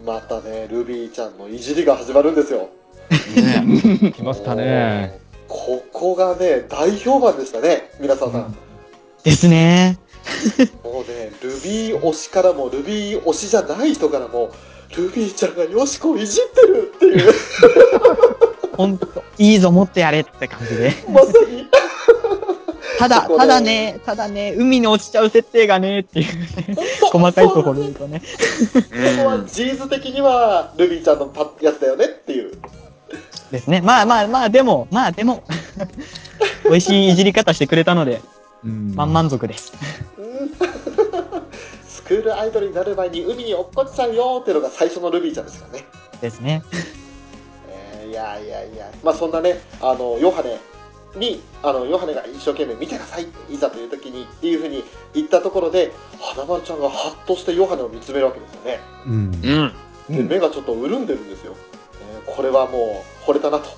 [SPEAKER 2] またね、ルビーちゃんのいじりが始まるんですよ。
[SPEAKER 6] ね
[SPEAKER 3] 来ましたね。
[SPEAKER 2] ここがね、大評判でしたね、皆さんさん。
[SPEAKER 4] ですね。
[SPEAKER 2] もうね、ルビー推しからも、ルビー推しじゃない人からも、ルビーちゃんがヨシコをいじってるっていう、
[SPEAKER 4] ほんと、いいぞ、もっとやれって感じで。
[SPEAKER 2] まさに。
[SPEAKER 4] ただ、
[SPEAKER 2] そこで
[SPEAKER 4] ただね、ただね、海に落ちちゃう設定がね、っていう ね、細かいところで言うとね。
[SPEAKER 2] そこはジーズ的には、ルビーちゃんのパやつだよねっていう。
[SPEAKER 4] ですね。まあまあまあ、でも、まあ でも、美味しいいじり方してくれたので、
[SPEAKER 3] うん
[SPEAKER 4] まあ満足です。
[SPEAKER 2] うんスクールアイドルになる前に海に落っこちちゃうよっていうのが最初のルビーちゃんですからね。
[SPEAKER 4] ですね。
[SPEAKER 2] えーいやいやいや、まあそんなね、あのヨハネにあのヨハネが一生懸命見てください、いざという時にっていうふうに言ったところで、花丸ちゃんがハッとしてヨハネを見つめるわけですよね。
[SPEAKER 3] うん
[SPEAKER 6] うん。
[SPEAKER 2] で、目がちょっと潤んでるんですよ。えーこれはもう惚れたなと。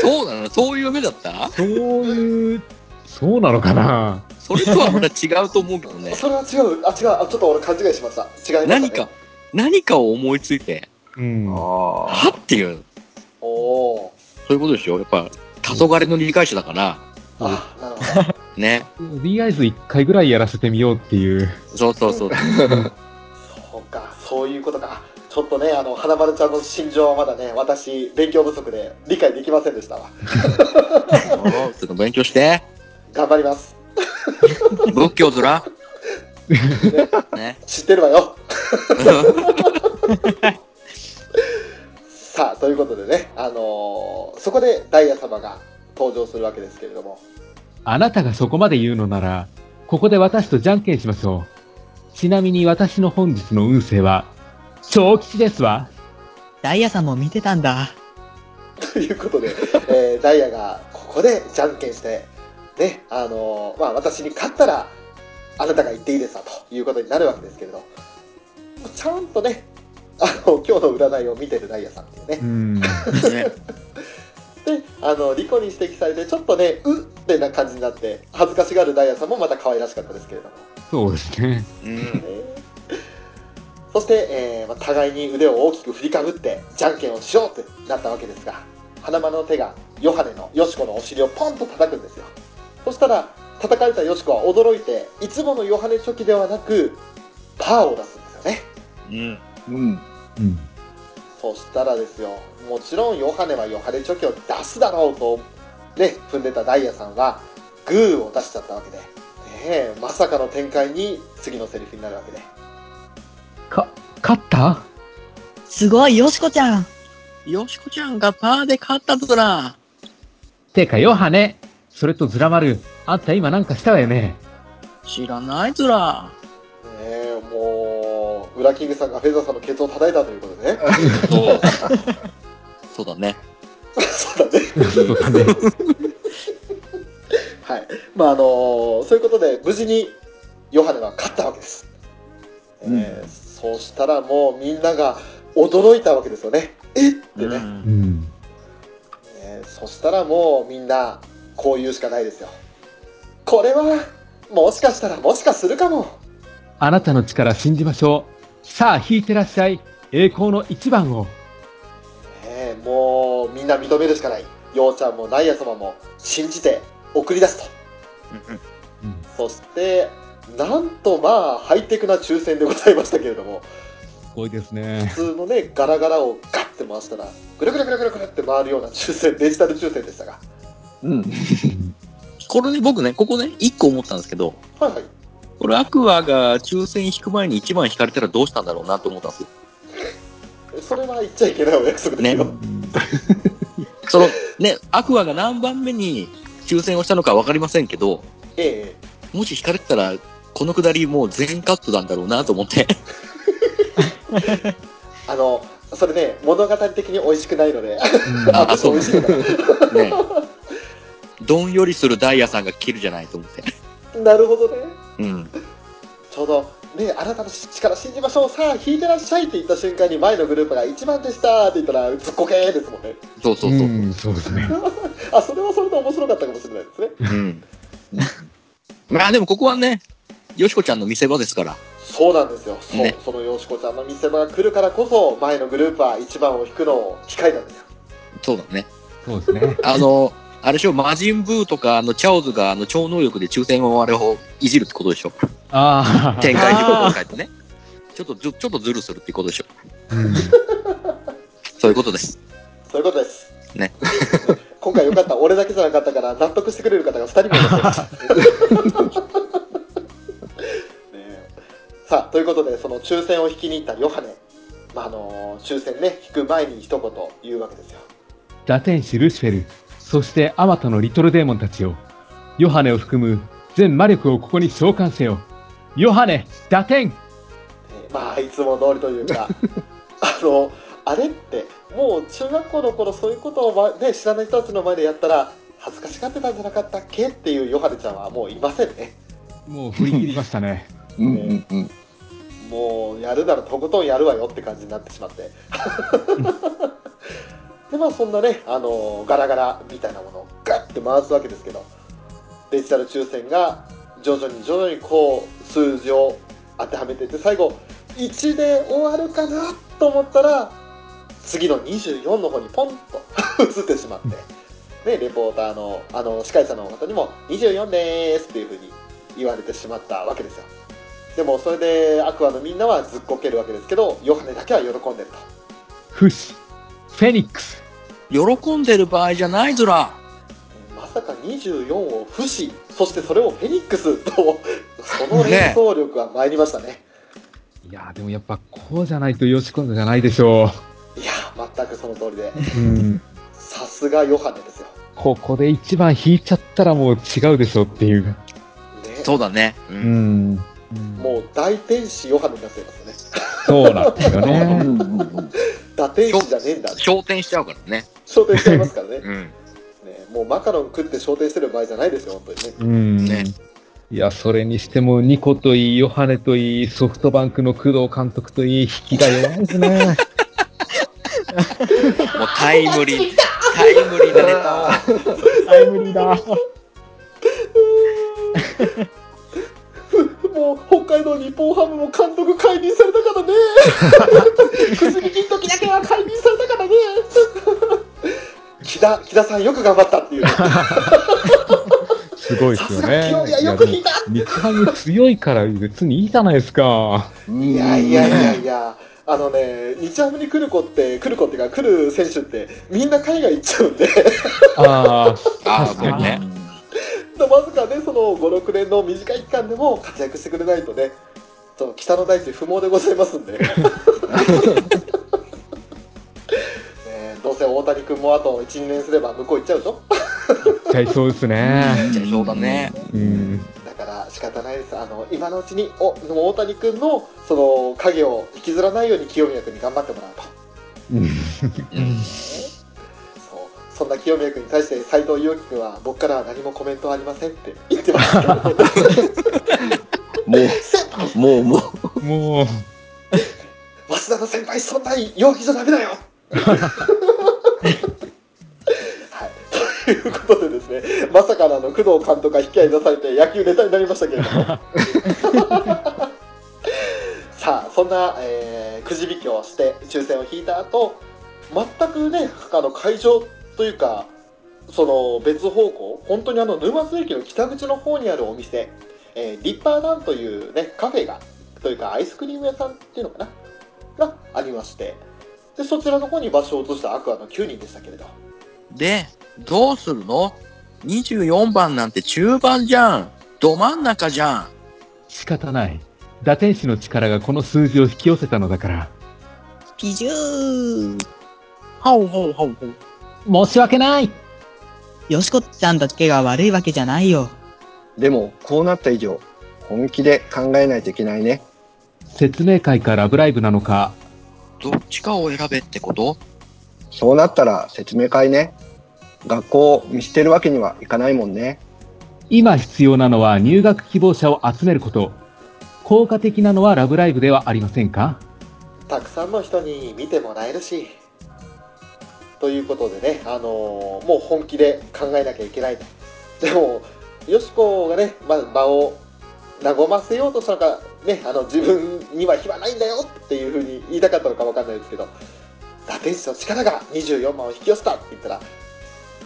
[SPEAKER 6] そうなのそういう目だった
[SPEAKER 3] そういう、そうなのかな
[SPEAKER 6] それとはまた違うと思うけどね。
[SPEAKER 2] それは違う、あ、違う、あちょっと俺勘違いしました。違いました、ね。
[SPEAKER 6] 何か、何かを思いついて、
[SPEAKER 3] うん。
[SPEAKER 8] あ
[SPEAKER 6] はっていう、
[SPEAKER 2] おお
[SPEAKER 6] そういうことでしょやっぱ、黄昏の理解者だから、
[SPEAKER 2] ー。あ、なるほど。
[SPEAKER 6] ね。
[SPEAKER 3] りあえず一回ぐらいやらせてみようっていう。
[SPEAKER 6] そうそう そう。
[SPEAKER 2] そうか、そういうことか。ちょっとね、あの、花丸ちゃんの心情はまだね、私、勉強不足で理解できませんでしたわ。
[SPEAKER 6] そうちょっと勉強して。
[SPEAKER 2] 頑張ります。
[SPEAKER 6] 仏教ず ら。ね。
[SPEAKER 2] 知ってるわよ。さあ、ということでね、あのーそこでダイヤ様が登場するわけですけれども、
[SPEAKER 3] あなたがそこまで言うのなら、ここで私とじゃんけんしましょう。ちなみに私の本日の運勢は、小吉ですわ。
[SPEAKER 4] ダイヤさんも見てたんだ。
[SPEAKER 2] ということで、えーダイヤがここでじゃんけんして、ね、あのーまあ、私に勝ったら、あなたが言っていいですわということになるわけですけれど、ちゃんとね、あの、今日の占いを見てるダイヤさんっていうね
[SPEAKER 3] う、ん。
[SPEAKER 6] ね
[SPEAKER 2] で、あの、リコに指摘されて、ちょっとね、うってな感じになって、恥ずかしがるダイヤさんもまた可愛らしかったですけれども。
[SPEAKER 3] そうですね。
[SPEAKER 6] うん。
[SPEAKER 2] そして、えーまあ、互いに腕を大きく振りかぶって、じゃんけんをしようってなったわけですが、花丸の手がヨハネのヨシコのお尻をポンと叩くんですよ。そしたら、叩かれたヨシコは驚いて、いつものヨハネチョキではなく、パーを出すんですよね。
[SPEAKER 6] うん。
[SPEAKER 8] ーうん。
[SPEAKER 3] うん。
[SPEAKER 2] そしたらですよ、もちろんヨハネはヨハネチョキを出すだろうと、ね、踏んでたダイヤさんは、グーを出しちゃったわけで、ねえ、まさかの展開に次のセリフになるわけで。
[SPEAKER 3] か、勝った
[SPEAKER 4] すごい、よしこちゃん。
[SPEAKER 6] よしこちゃんがパーで勝ったぞら。
[SPEAKER 3] てか、ヨハネ。それとズラ丸、あんた今なんかしたわよね。
[SPEAKER 6] 知らないずら。
[SPEAKER 2] ねえもう、ウラキングさんがフェザーさんのケツを叩いたということでね。
[SPEAKER 6] そう。そうだね。
[SPEAKER 2] そうだね。
[SPEAKER 3] そうだね。
[SPEAKER 2] はい。まあ、あのそういうことで、無事にヨハネは勝ったわけです。えーそうしたらもうみんなが驚いたわけですよね。えってね。
[SPEAKER 6] ん
[SPEAKER 3] うん。
[SPEAKER 2] えーそしたらもうみんな、こう言うしかないですよ。これは、もしかしたらもしかするかも。
[SPEAKER 3] あなたの力信じましょう。さあ、引いてらっしゃい。栄光の一番を。
[SPEAKER 2] えーもうみんな認めるしかない。ようちゃんもダイヤ様も信じて送り出すと。
[SPEAKER 3] うん。
[SPEAKER 2] そして、なんとまあ、ハイテクな抽選でございましたけれども、
[SPEAKER 3] すごいですね。
[SPEAKER 2] 普通のね、ガラガラをガッて回したら、ぐるぐるぐるぐるぐるって回るような抽選、デジタル抽選でしたが。
[SPEAKER 8] うん。
[SPEAKER 6] これね、僕ね、ここね、一個思ったんですけど、
[SPEAKER 2] はいはい。
[SPEAKER 6] これアクアが抽選引く前に一番引かれたらどうしたんだろうなと思ったんですよ。
[SPEAKER 2] それは言っちゃいけないお約束ですよ。
[SPEAKER 6] ねその、ね、アクアが何番目に抽選をしたのかわかりませんけど、
[SPEAKER 2] え
[SPEAKER 6] もし引かれてたら、このくだりもう全カットなんだろうなと思って。
[SPEAKER 2] えあの、それね、物語的に美味しくないので、
[SPEAKER 3] うん
[SPEAKER 2] あ、そう美味しいな。
[SPEAKER 6] ね。どんよりするダイヤさんが切るじゃないと思って。
[SPEAKER 2] なるほどね。
[SPEAKER 6] うん。
[SPEAKER 2] ちょうど、ね、あなたの力信じましょう、さあ、引いてらっしゃいって言った瞬間に前のグループが1番でしたって言ったら、ずっこけーですもんね。
[SPEAKER 6] そう そうそう。
[SPEAKER 3] ん、そうですね。
[SPEAKER 2] あ、それはそれで面白かったかもしれないですね。
[SPEAKER 6] うん。まあでもここはね、よしこちゃんの見せ場ですから。
[SPEAKER 2] そうなんですよ。そう、
[SPEAKER 6] ね
[SPEAKER 2] そのよしこちゃんの見せ場が来るからこそ、前のグループは1番を引くのを控えたんですよ。
[SPEAKER 6] そうだね。
[SPEAKER 3] そうですね。
[SPEAKER 6] あの、あれでしょ、魔人ブーとか、あの、チャオズが、あの、超能力で抽選をあれをいじるってことでしょ。
[SPEAKER 3] あ
[SPEAKER 6] 展開にことを変えてね。ちょっとず、ちょっとズルするってことでしょ。
[SPEAKER 3] あ、うん
[SPEAKER 6] そういうことです。
[SPEAKER 2] そういうことです。
[SPEAKER 6] ね。
[SPEAKER 2] 今回よかった。俺だけじゃなかったから、納得してくれる方が2人もいました。ねえさあ、ということで、その抽選を引きに行ったヨハネ。まあ、あの抽選ね、引く前に一言言うわけですよ。
[SPEAKER 3] 打天使ルシフェル、そしてアマタのリトルデーモンたちよ。ヨハネを含む全魔力をここに召喚せよ。ヨハネ、打天
[SPEAKER 2] えーまあいつも通りというかあのあれってもう中学校の頃そういうことを、まね、知らない人たちの前でやったら恥ずかしがってたんじゃなかったっけっていうヨハネちゃんはもういませんね
[SPEAKER 3] もう振り切りましたね。
[SPEAKER 8] うんうんうん。
[SPEAKER 2] もうやるならとことんやるわよって感じになってしまって でまあそんなねあのガラガラみたいなものをガッて回すわけですけどデジタル抽選が徐々に徐々にこう数字を当てはめてって最後1で終わるかなと思ったら次の24の方にポンと 移ってしまって、ね、レポーターのあの司会者の方にも「24でーす」っていうふうに言われてしまったわけですよでもそれでアクアのみんなはずっこけるわけですけどヨハネだけは喜んでると
[SPEAKER 3] フシ、フェニックス、
[SPEAKER 6] 喜んでる場合じゃないずら。
[SPEAKER 2] まさか24を不死そしてそれをフェニックスとその連想力は参りましたね
[SPEAKER 3] いやーでもやっぱこうじゃないとよしこんじゃないでしょ
[SPEAKER 2] いや全くその通りで
[SPEAKER 3] う。うん。
[SPEAKER 2] さすがヨハネですよ、
[SPEAKER 3] ここで一番引いちゃったらもう違うでしょっていう。
[SPEAKER 2] ね、
[SPEAKER 6] そうだね。う。
[SPEAKER 3] うんん。
[SPEAKER 2] もう大天使ヨハネになっちゃいますよね
[SPEAKER 3] そうなんですよ
[SPEAKER 8] う
[SPEAKER 3] ね。
[SPEAKER 8] んうんうん。
[SPEAKER 2] 打天使じゃねえんだ
[SPEAKER 6] 昇天しちゃうからね。
[SPEAKER 2] 昇天しちゃいますからね
[SPEAKER 6] うん。
[SPEAKER 2] ねもうマカロン食って昇天してる場合じゃないですよ本当にね
[SPEAKER 3] うん。
[SPEAKER 6] ね
[SPEAKER 3] いや、それにしても、ニコといい、ヨハネといい、ソフトバンクの工藤監督といい、引きが弱いです ね。
[SPEAKER 6] もうタイムリー、タイムリーなネタを。
[SPEAKER 3] タイムリーだ。
[SPEAKER 2] もう北海道日本ハムも監督解任されたからね 薬金時だけは解任されたからね木田木田さんよく頑張ったっていう
[SPEAKER 3] すごいですよ
[SPEAKER 2] さす
[SPEAKER 3] ね。
[SPEAKER 2] が清宮よく引いた
[SPEAKER 3] やでも日ハム強いから別にいいじゃないですか。
[SPEAKER 2] いやいやいやいや、あのね、日ハムに来る子って、来る子っていうか、来る選手って、みんな海外行っちゃうんで、
[SPEAKER 3] ああ、
[SPEAKER 6] ああ、
[SPEAKER 3] 確か
[SPEAKER 6] もう
[SPEAKER 3] に
[SPEAKER 6] ね。
[SPEAKER 2] わずかね、その5、6年の短い期間でも活躍してくれないとね、その北の大地不毛でございますんで。ねえどうせ大谷君もあと1、2年すれば向こう行っちゃうでしょ
[SPEAKER 3] 絶対そうですね。
[SPEAKER 6] じゃあそうだね。
[SPEAKER 3] うん。
[SPEAKER 2] だから仕方ないです。あの、今のうちに、お、でも大谷君の、その、影を引きずらないように清宮君に頑張ってもらうと。
[SPEAKER 3] うん
[SPEAKER 6] うん
[SPEAKER 2] そうそんな清宮君に対して斎藤佑樹君は僕からは何もコメントはありませんって言ってますけど
[SPEAKER 8] もう、もう、もう、
[SPEAKER 3] もう、
[SPEAKER 2] 増田の先輩そんな陽気じゃダメだよはいということでですねまさかのあの工藤監督が引き合い出されて野球ネタになりましたけれどもさあそんな、えーくじ引きをして抽選を引いた後全くねあの会場というかその別方向本当にあの沼津駅の北口の方にあるお店、えーリッパーダンというねカフェがというかアイスクリーム屋さんっていうのかながありましてでそちらの方に場所を移したアクアの9人でしたけれど
[SPEAKER 6] で、どうするの ?24 番なんて中盤じゃん。ど真ん中じゃん。
[SPEAKER 3] 仕方ない。打天使の力がこの数字を引き寄せたのだから。
[SPEAKER 4] ピジュー
[SPEAKER 6] ほうほうほうほう。
[SPEAKER 3] 申し訳ない
[SPEAKER 4] よしこちゃんだけが悪いわけじゃないよ。
[SPEAKER 7] でも、こうなった以上、本気で考えないといけないね。
[SPEAKER 3] 説明会かラブライブなのか、
[SPEAKER 6] どっちかを選べってこと
[SPEAKER 7] そうなったら説明会ね。学校を見捨てるわけにはいかないもんね。
[SPEAKER 3] 今必要なのは入学希望者を集めること。効果的なのはラブライブではありませんか
[SPEAKER 2] たくさんの人に見てもらえるしということでね、あのーもう本気で考えなきゃいけないとでもよしこがね、まあ、場を和ませようとしたのか、ね、あの自分には非はないんだよっていうふうに言いたかったのかわかんないですけど打天使の力が24番を引き寄せたって言ったら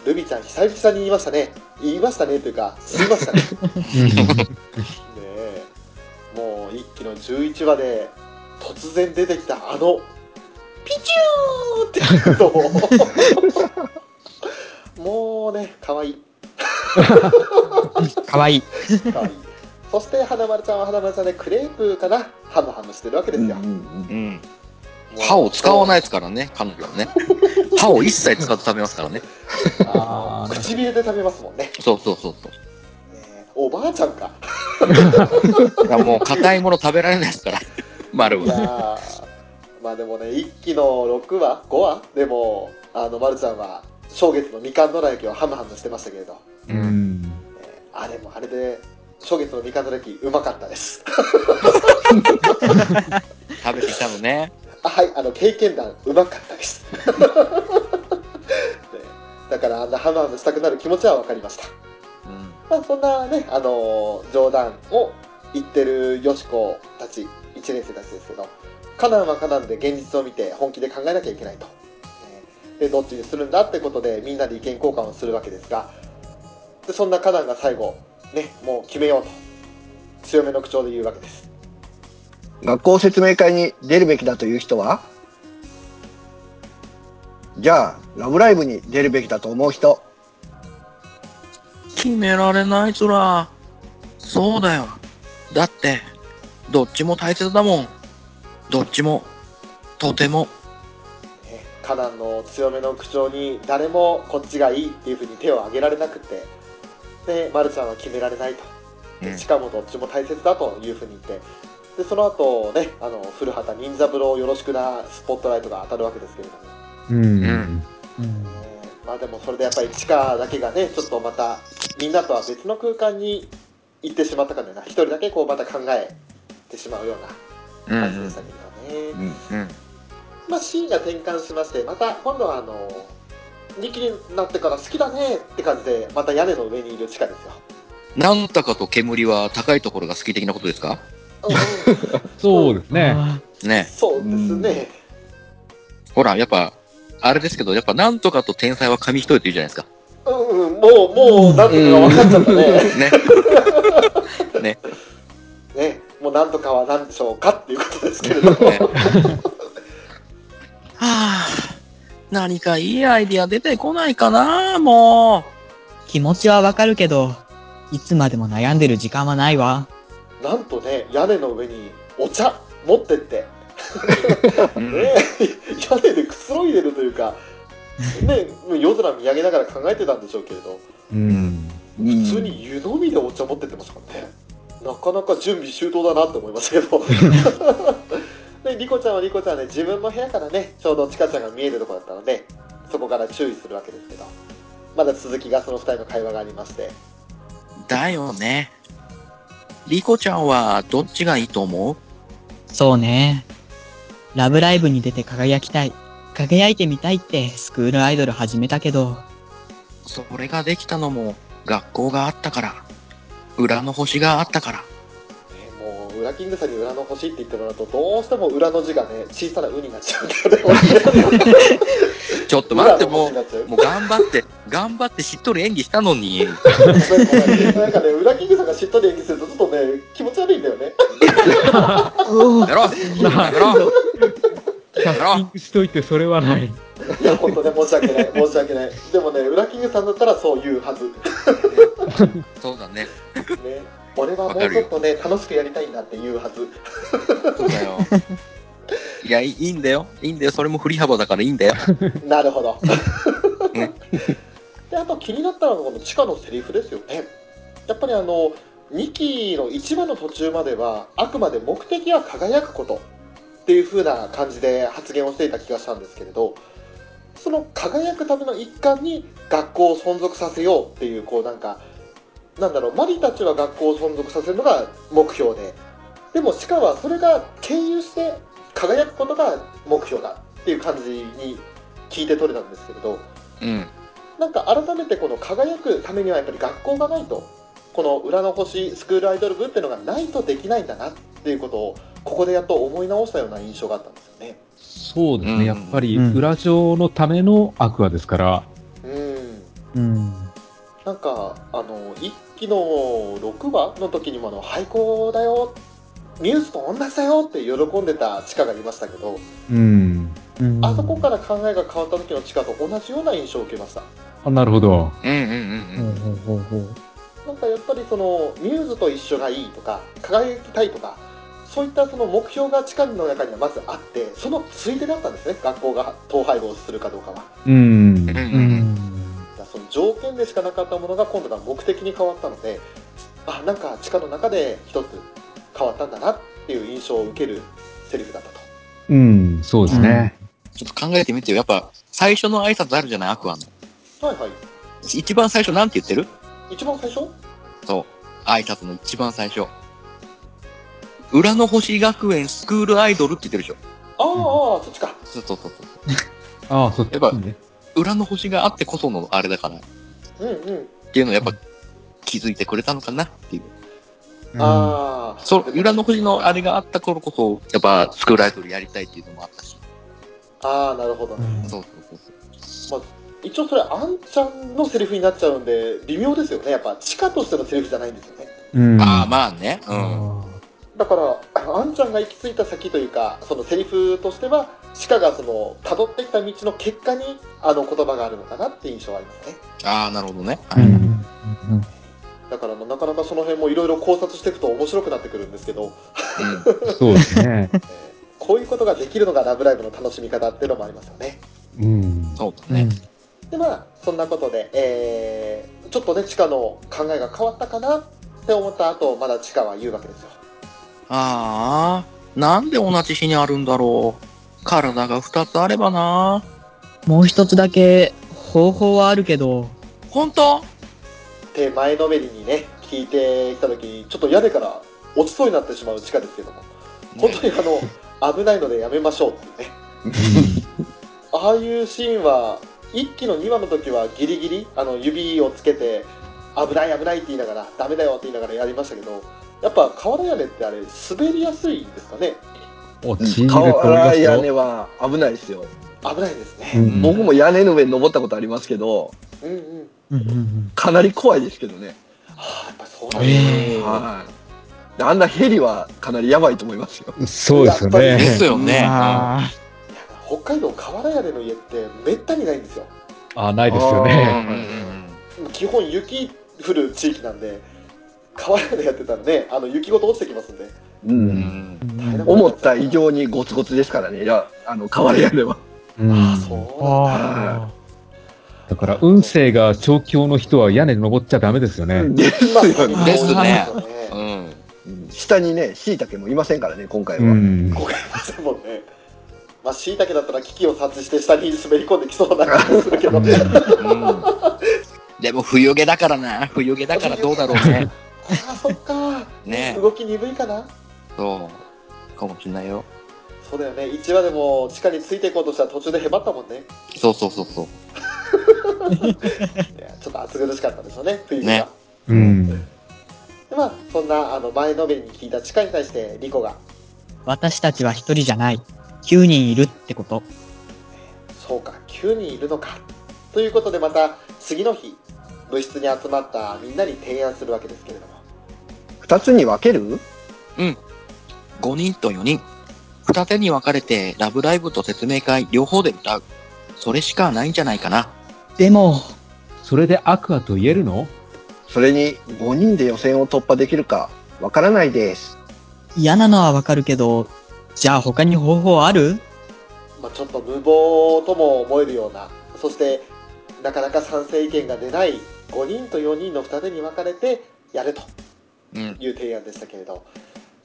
[SPEAKER 2] ルビちゃん久々に言いましたね言いましたねというか吸いましたねねえもう一期の11話で突然出てきたあのピチューって音もうね可愛い
[SPEAKER 4] かわいい。
[SPEAKER 2] 可愛いそして花丸ちゃんは花丸ちゃんでクレープかなハムハムしてるわけですよ、
[SPEAKER 6] うん。歯を使わないですからね、彼女はね。歯を一切使って食べますからね。
[SPEAKER 2] あー唇で食べますもんね
[SPEAKER 6] そうそうそうそう。
[SPEAKER 2] ねおばあちゃんか
[SPEAKER 6] だから もう硬いもの食べられないですから、丸
[SPEAKER 2] いや
[SPEAKER 6] は。
[SPEAKER 2] ー まあでもね一期の6話5話でもあの丸ちゃんは正月のみかんどら焼きをハムハムしてましたけれど、
[SPEAKER 3] うん。
[SPEAKER 2] えーあれもあれで正月のみかんどら焼きうまかったです
[SPEAKER 6] 食べてきたのね。
[SPEAKER 2] あはいあの経験談うまかったです ねだからあんなハムハムしたくなる気持ちは分かりました
[SPEAKER 6] うん。
[SPEAKER 2] まあ、そんなね、あのー冗談を言ってるよしこたち、1年生たちですけど、カナンはカナンで現実を見て本気で考えなきゃいけないと。ねで、どっちにするんだってことで、みんなで意見交換をするわけですが、でそんなカナンが最後、ね、もう決めようと、強めの口調で言うわけです。
[SPEAKER 7] 学校説明会に出るべきだという人はじゃあ、ラブライブに出るべきだと思う人。
[SPEAKER 6] 決められないつら。そうだよ。だって、どっちも大切だもん。どっちも、とても。
[SPEAKER 2] ねカナンの強めの口調に誰もこっちがいいっていうふうに手を挙げられなくてで、ま、るちゃんは決められないと、
[SPEAKER 6] うん
[SPEAKER 2] でしかもどっちも大切だというふうに言ってでその後ねあの古畑任三郎よろしくなスポットライトが当たるわけですけれども、
[SPEAKER 3] うん。
[SPEAKER 2] ねまあでもそれでやっぱり地下だけがねちょっとまたみんなとは別の空間に行ってしまったからな一人だけこうまた考えてしまうよう
[SPEAKER 6] う
[SPEAKER 2] な感じでしたけどね。
[SPEAKER 6] うん。
[SPEAKER 2] まあ、シーンが転換しましてまた今度はあの2期になってから好きだねって感じでまた屋根の上にいる地下ですよ。
[SPEAKER 6] なんたかと煙は高いところが好き的なことですか
[SPEAKER 2] うんうん
[SPEAKER 3] そうですね。
[SPEAKER 4] あ
[SPEAKER 6] ね
[SPEAKER 2] そうですね。
[SPEAKER 6] ほら、やっぱ、あれですけど、やっぱなんとかと天才は紙一重って言うじゃないですか。
[SPEAKER 2] うんうん、もうもうなんとかが分かっちゃったね。
[SPEAKER 6] ね。
[SPEAKER 2] ねもうなんとかは何でしょうかっていうことですけれども。
[SPEAKER 6] ね はあ、何かいいアイディア出てこないかな、も
[SPEAKER 4] ー気持ちはわかるけど、いつまでも悩んでる時間はないわ。
[SPEAKER 2] なんとね屋根の上にお茶持ってって、
[SPEAKER 6] う。
[SPEAKER 2] ね、屋根でくつろいでるというか、ね、もう夜空見上げながら考えてたんでしょうけれど
[SPEAKER 3] うん。
[SPEAKER 2] 普通に湯飲みでお茶持ってってましたからねなかなか準備周到だなって思いましたけ どでリコちゃんはリコちゃんで、自分の部屋からねちょうどチカちゃんが見えるとこだったのでそこから注意するわけですけどまだ続きがその2人の会話がありまして
[SPEAKER 6] だよね。リコちゃんはどっちがいいと思う
[SPEAKER 4] そうね。ラブライブに出て輝きたい。輝いてみたいってスクールアイドル始めたけど、
[SPEAKER 6] それができたのも学校があったから、裏の星があったから。
[SPEAKER 2] ねもう裏キングさんに裏の星って言ってもらうとどうしても裏の字がね小さな「う」になっちゃうんだよね
[SPEAKER 6] ちょっと待って、
[SPEAKER 2] 裏の星
[SPEAKER 6] も
[SPEAKER 2] になっちゃう
[SPEAKER 6] う、もう頑張って、頑張ってしっとり演技したのに。
[SPEAKER 2] ごめんごめんなんかね裏キングさんがしっとり演技するとちょっとね気持ち悪いんだよね
[SPEAKER 6] やめろやめろ
[SPEAKER 3] キャスティングしといてそれはない。
[SPEAKER 2] いや本当ね申し訳ない申し訳ないでもね裏キングさんだったらそう言うはず
[SPEAKER 6] そうだね。
[SPEAKER 2] ね、俺はもうちょっとね楽しくやりたいんだっていうはず
[SPEAKER 6] そうだよ。いや、いいいいんだよ。いいんだよ。それも振り幅だからいいんだよ。
[SPEAKER 2] なるほど
[SPEAKER 6] ね
[SPEAKER 2] であと気になったのがこの地下のセリフですよねやっぱりあの2期の1話の途中まではあくまで目的は輝くことっていう風な感じで発言をしていた気がしたんですけれどその輝くための一環に学校を存続させようっていうこうなんかなんだろうマリたちは学校を存続させるのが目標ででもシカはそれが経由して輝くことが目標だっていう感じに聞いて取れたんですけれど
[SPEAKER 6] うん。
[SPEAKER 2] なんか改めてこの輝くためにはやっぱり学校がないとこの裏の星スクールアイドル部っていうのがないとできないんだなっていうことをここでやっと思い直したような印象があったんですよね。
[SPEAKER 3] そうです
[SPEAKER 6] うん
[SPEAKER 3] ね。やっぱり、
[SPEAKER 4] うん
[SPEAKER 3] 裏上のためのアクアですから、
[SPEAKER 2] うん
[SPEAKER 4] うん。
[SPEAKER 2] なんかあの一期の6話の時にもあの廃校だよニュースと同じだよって喜んでたチカがいましたけど、
[SPEAKER 3] うん。
[SPEAKER 4] うん
[SPEAKER 2] あそこから考えが変わった時のチカと同じような印象を受けました
[SPEAKER 3] あ、なるほど。
[SPEAKER 6] うんうんう
[SPEAKER 4] ほうんほうほうほう。
[SPEAKER 2] なんかやっぱりそのミューズと一緒がいいとか輝きたいとかそういったその目標が地下の中にはまずあってそのついでだったんですね学校が統廃合するかどうかはだか
[SPEAKER 3] うん
[SPEAKER 6] うん。う。ん
[SPEAKER 4] う
[SPEAKER 6] うん。
[SPEAKER 4] ん。
[SPEAKER 2] らその条件でしかなかったものが今度が目的に変わったのであなんか地下の中で一つ変わったんだなっていう印象を受けるセリフだったと
[SPEAKER 3] うん、そうですね。
[SPEAKER 6] ちょっと考えてみてよ。やっぱ、最初の挨拶あるじゃないアクアの。
[SPEAKER 2] はいはい
[SPEAKER 6] 一番最初なんて言ってる
[SPEAKER 2] 一番最初
[SPEAKER 6] そう。挨拶の一番最初。裏の星学園スクールアイドルって言ってるでしょ。
[SPEAKER 2] ああ、ああそっちか
[SPEAKER 6] そうそうそう
[SPEAKER 3] ああ、そっち
[SPEAKER 6] やっぱ
[SPEAKER 3] ね。
[SPEAKER 6] そう。裏の星があってこそのあれだから。っ
[SPEAKER 2] うんうん
[SPEAKER 6] ていうのをやっぱ気づいてくれたのかなっていう。
[SPEAKER 2] ああ
[SPEAKER 6] そ裏の星のあれがあった頃こそ、やっぱスクールアイドルやりたいっていうのもあったし。
[SPEAKER 2] ああなるほど
[SPEAKER 4] う
[SPEAKER 2] ね
[SPEAKER 4] ん
[SPEAKER 6] そうそうそうそう。
[SPEAKER 2] 一応それあんちゃんのセリフになっちゃうんで微妙ですよねやっぱ地下としてのセリフじゃないんですよね
[SPEAKER 3] うん。
[SPEAKER 6] ああ、まあね。うん。
[SPEAKER 2] だからあんちゃんが行き着いた先というかそのセリフとしては地下がその辿ってきた道の結果にあの言葉があるのかなって印象はありますね
[SPEAKER 6] ああ、なるほどね。
[SPEAKER 3] う
[SPEAKER 6] はい
[SPEAKER 3] ん
[SPEAKER 2] だからもうなかなかその辺もいろいろ考察していくと面白くなってくるんですけど
[SPEAKER 6] うん
[SPEAKER 3] そうですね。
[SPEAKER 2] こういうことができるのが「ラブライブ!」の楽しみ方っていうのもありますよね
[SPEAKER 3] うん。
[SPEAKER 6] そうだ
[SPEAKER 4] うん
[SPEAKER 6] ね。
[SPEAKER 2] でまあそんなことで、えーちょっとね地下の考えが変わったかなって思った後まだ地下は言うわけですよ
[SPEAKER 6] ああ、なんで同じ日にあるんだろう。体が二つあればな。
[SPEAKER 4] もう一つだけ方法はあるけど、
[SPEAKER 6] 本当
[SPEAKER 2] で前のめりにね聞いてきた時ちょっと屋根から落ちそうになってしまう地下ですけども本当にあの危ないのでやめましょうっていうねああいうシーンは1期の2話の時はギリギリあの指をつけて危ない危ないって言いながらダメだよって言いながらやりましたけどやっぱ瓦屋根ってあれ滑りやすいんですかね
[SPEAKER 3] 落ちると思いま
[SPEAKER 7] 瓦
[SPEAKER 3] す
[SPEAKER 7] 屋根
[SPEAKER 3] よ。
[SPEAKER 7] は危ないですよ。
[SPEAKER 2] 危ないです
[SPEAKER 3] う
[SPEAKER 2] ね
[SPEAKER 3] ん
[SPEAKER 7] 僕も屋根の上に登ったことありますけど、
[SPEAKER 2] うんうん
[SPEAKER 4] うんうんうん、
[SPEAKER 7] かなり怖いですけどね。
[SPEAKER 2] はあやっぱそうなんですね
[SPEAKER 4] えー
[SPEAKER 7] はい。であんなヘリはかなりやばいと思います よ。
[SPEAKER 3] そうです
[SPEAKER 2] や
[SPEAKER 3] よ
[SPEAKER 2] っぱり
[SPEAKER 6] で
[SPEAKER 3] ね
[SPEAKER 6] す。よね。
[SPEAKER 4] あ
[SPEAKER 2] いや北海道瓦屋根の家ってめったにないんですよ
[SPEAKER 3] ああ、ないですよね。
[SPEAKER 6] うんうんうん
[SPEAKER 2] 基本雪降る地域なんで川でやってたらねあの雪ごと落ちてきますんで
[SPEAKER 7] う。
[SPEAKER 6] うんん
[SPEAKER 4] ー、
[SPEAKER 7] 思った以上にゴツゴツですからね。いや、あの、瓦屋根は。
[SPEAKER 3] うん
[SPEAKER 2] ああそうなんだ
[SPEAKER 4] あ
[SPEAKER 3] だから、運勢が調教の人は屋根に登っちゃダメですよね。
[SPEAKER 7] です
[SPEAKER 2] まあ
[SPEAKER 7] よね。
[SPEAKER 6] ですね
[SPEAKER 2] そうですよね
[SPEAKER 6] うん。
[SPEAKER 7] 下にね、椎茸もいませんからね、今回
[SPEAKER 3] う
[SPEAKER 7] は。
[SPEAKER 3] ん。
[SPEAKER 2] 誤解ませんもんねまあしいたけだったら危機を察知して下に滑り込んできそうな感じがするけどね
[SPEAKER 6] うんでも冬毛だからな。冬毛だからどうだろうね。
[SPEAKER 2] ああそっか
[SPEAKER 6] ね
[SPEAKER 2] 動き鈍いかな
[SPEAKER 6] そう。かもしんないよ。
[SPEAKER 2] そうだよね1話でも地下についていこうとしたら途中でへばったもんね
[SPEAKER 6] そうそうそうそう。
[SPEAKER 2] いやちょっと暑苦しかったでしょうね冬が、
[SPEAKER 6] ね
[SPEAKER 3] うん。
[SPEAKER 2] でまあそんなあの前のめりに聞いた地下に対してリコが
[SPEAKER 4] 私たちは一人じゃない。9人いるってこと。
[SPEAKER 2] そうか9人いるのかということでまた次の日部室に集まったみんなに提案するわけですけれども
[SPEAKER 7] 二つに分ける
[SPEAKER 6] 5人と4人。二手に分かれて、ラブライブと説明会両方で歌う。それしかないんじゃないかな。
[SPEAKER 4] でも、
[SPEAKER 3] それでアクアと言えるの
[SPEAKER 7] それに、5人で予選を突破できるか、わからないです。
[SPEAKER 4] 嫌なのはわかるけど、じゃあ他に方法ある
[SPEAKER 2] まあ、ちょっと無謀とも思えるようなそしてなかなか賛成意見が出ない5人と4人の二手に分かれてやると
[SPEAKER 6] うん。
[SPEAKER 2] いう提案でしたけれど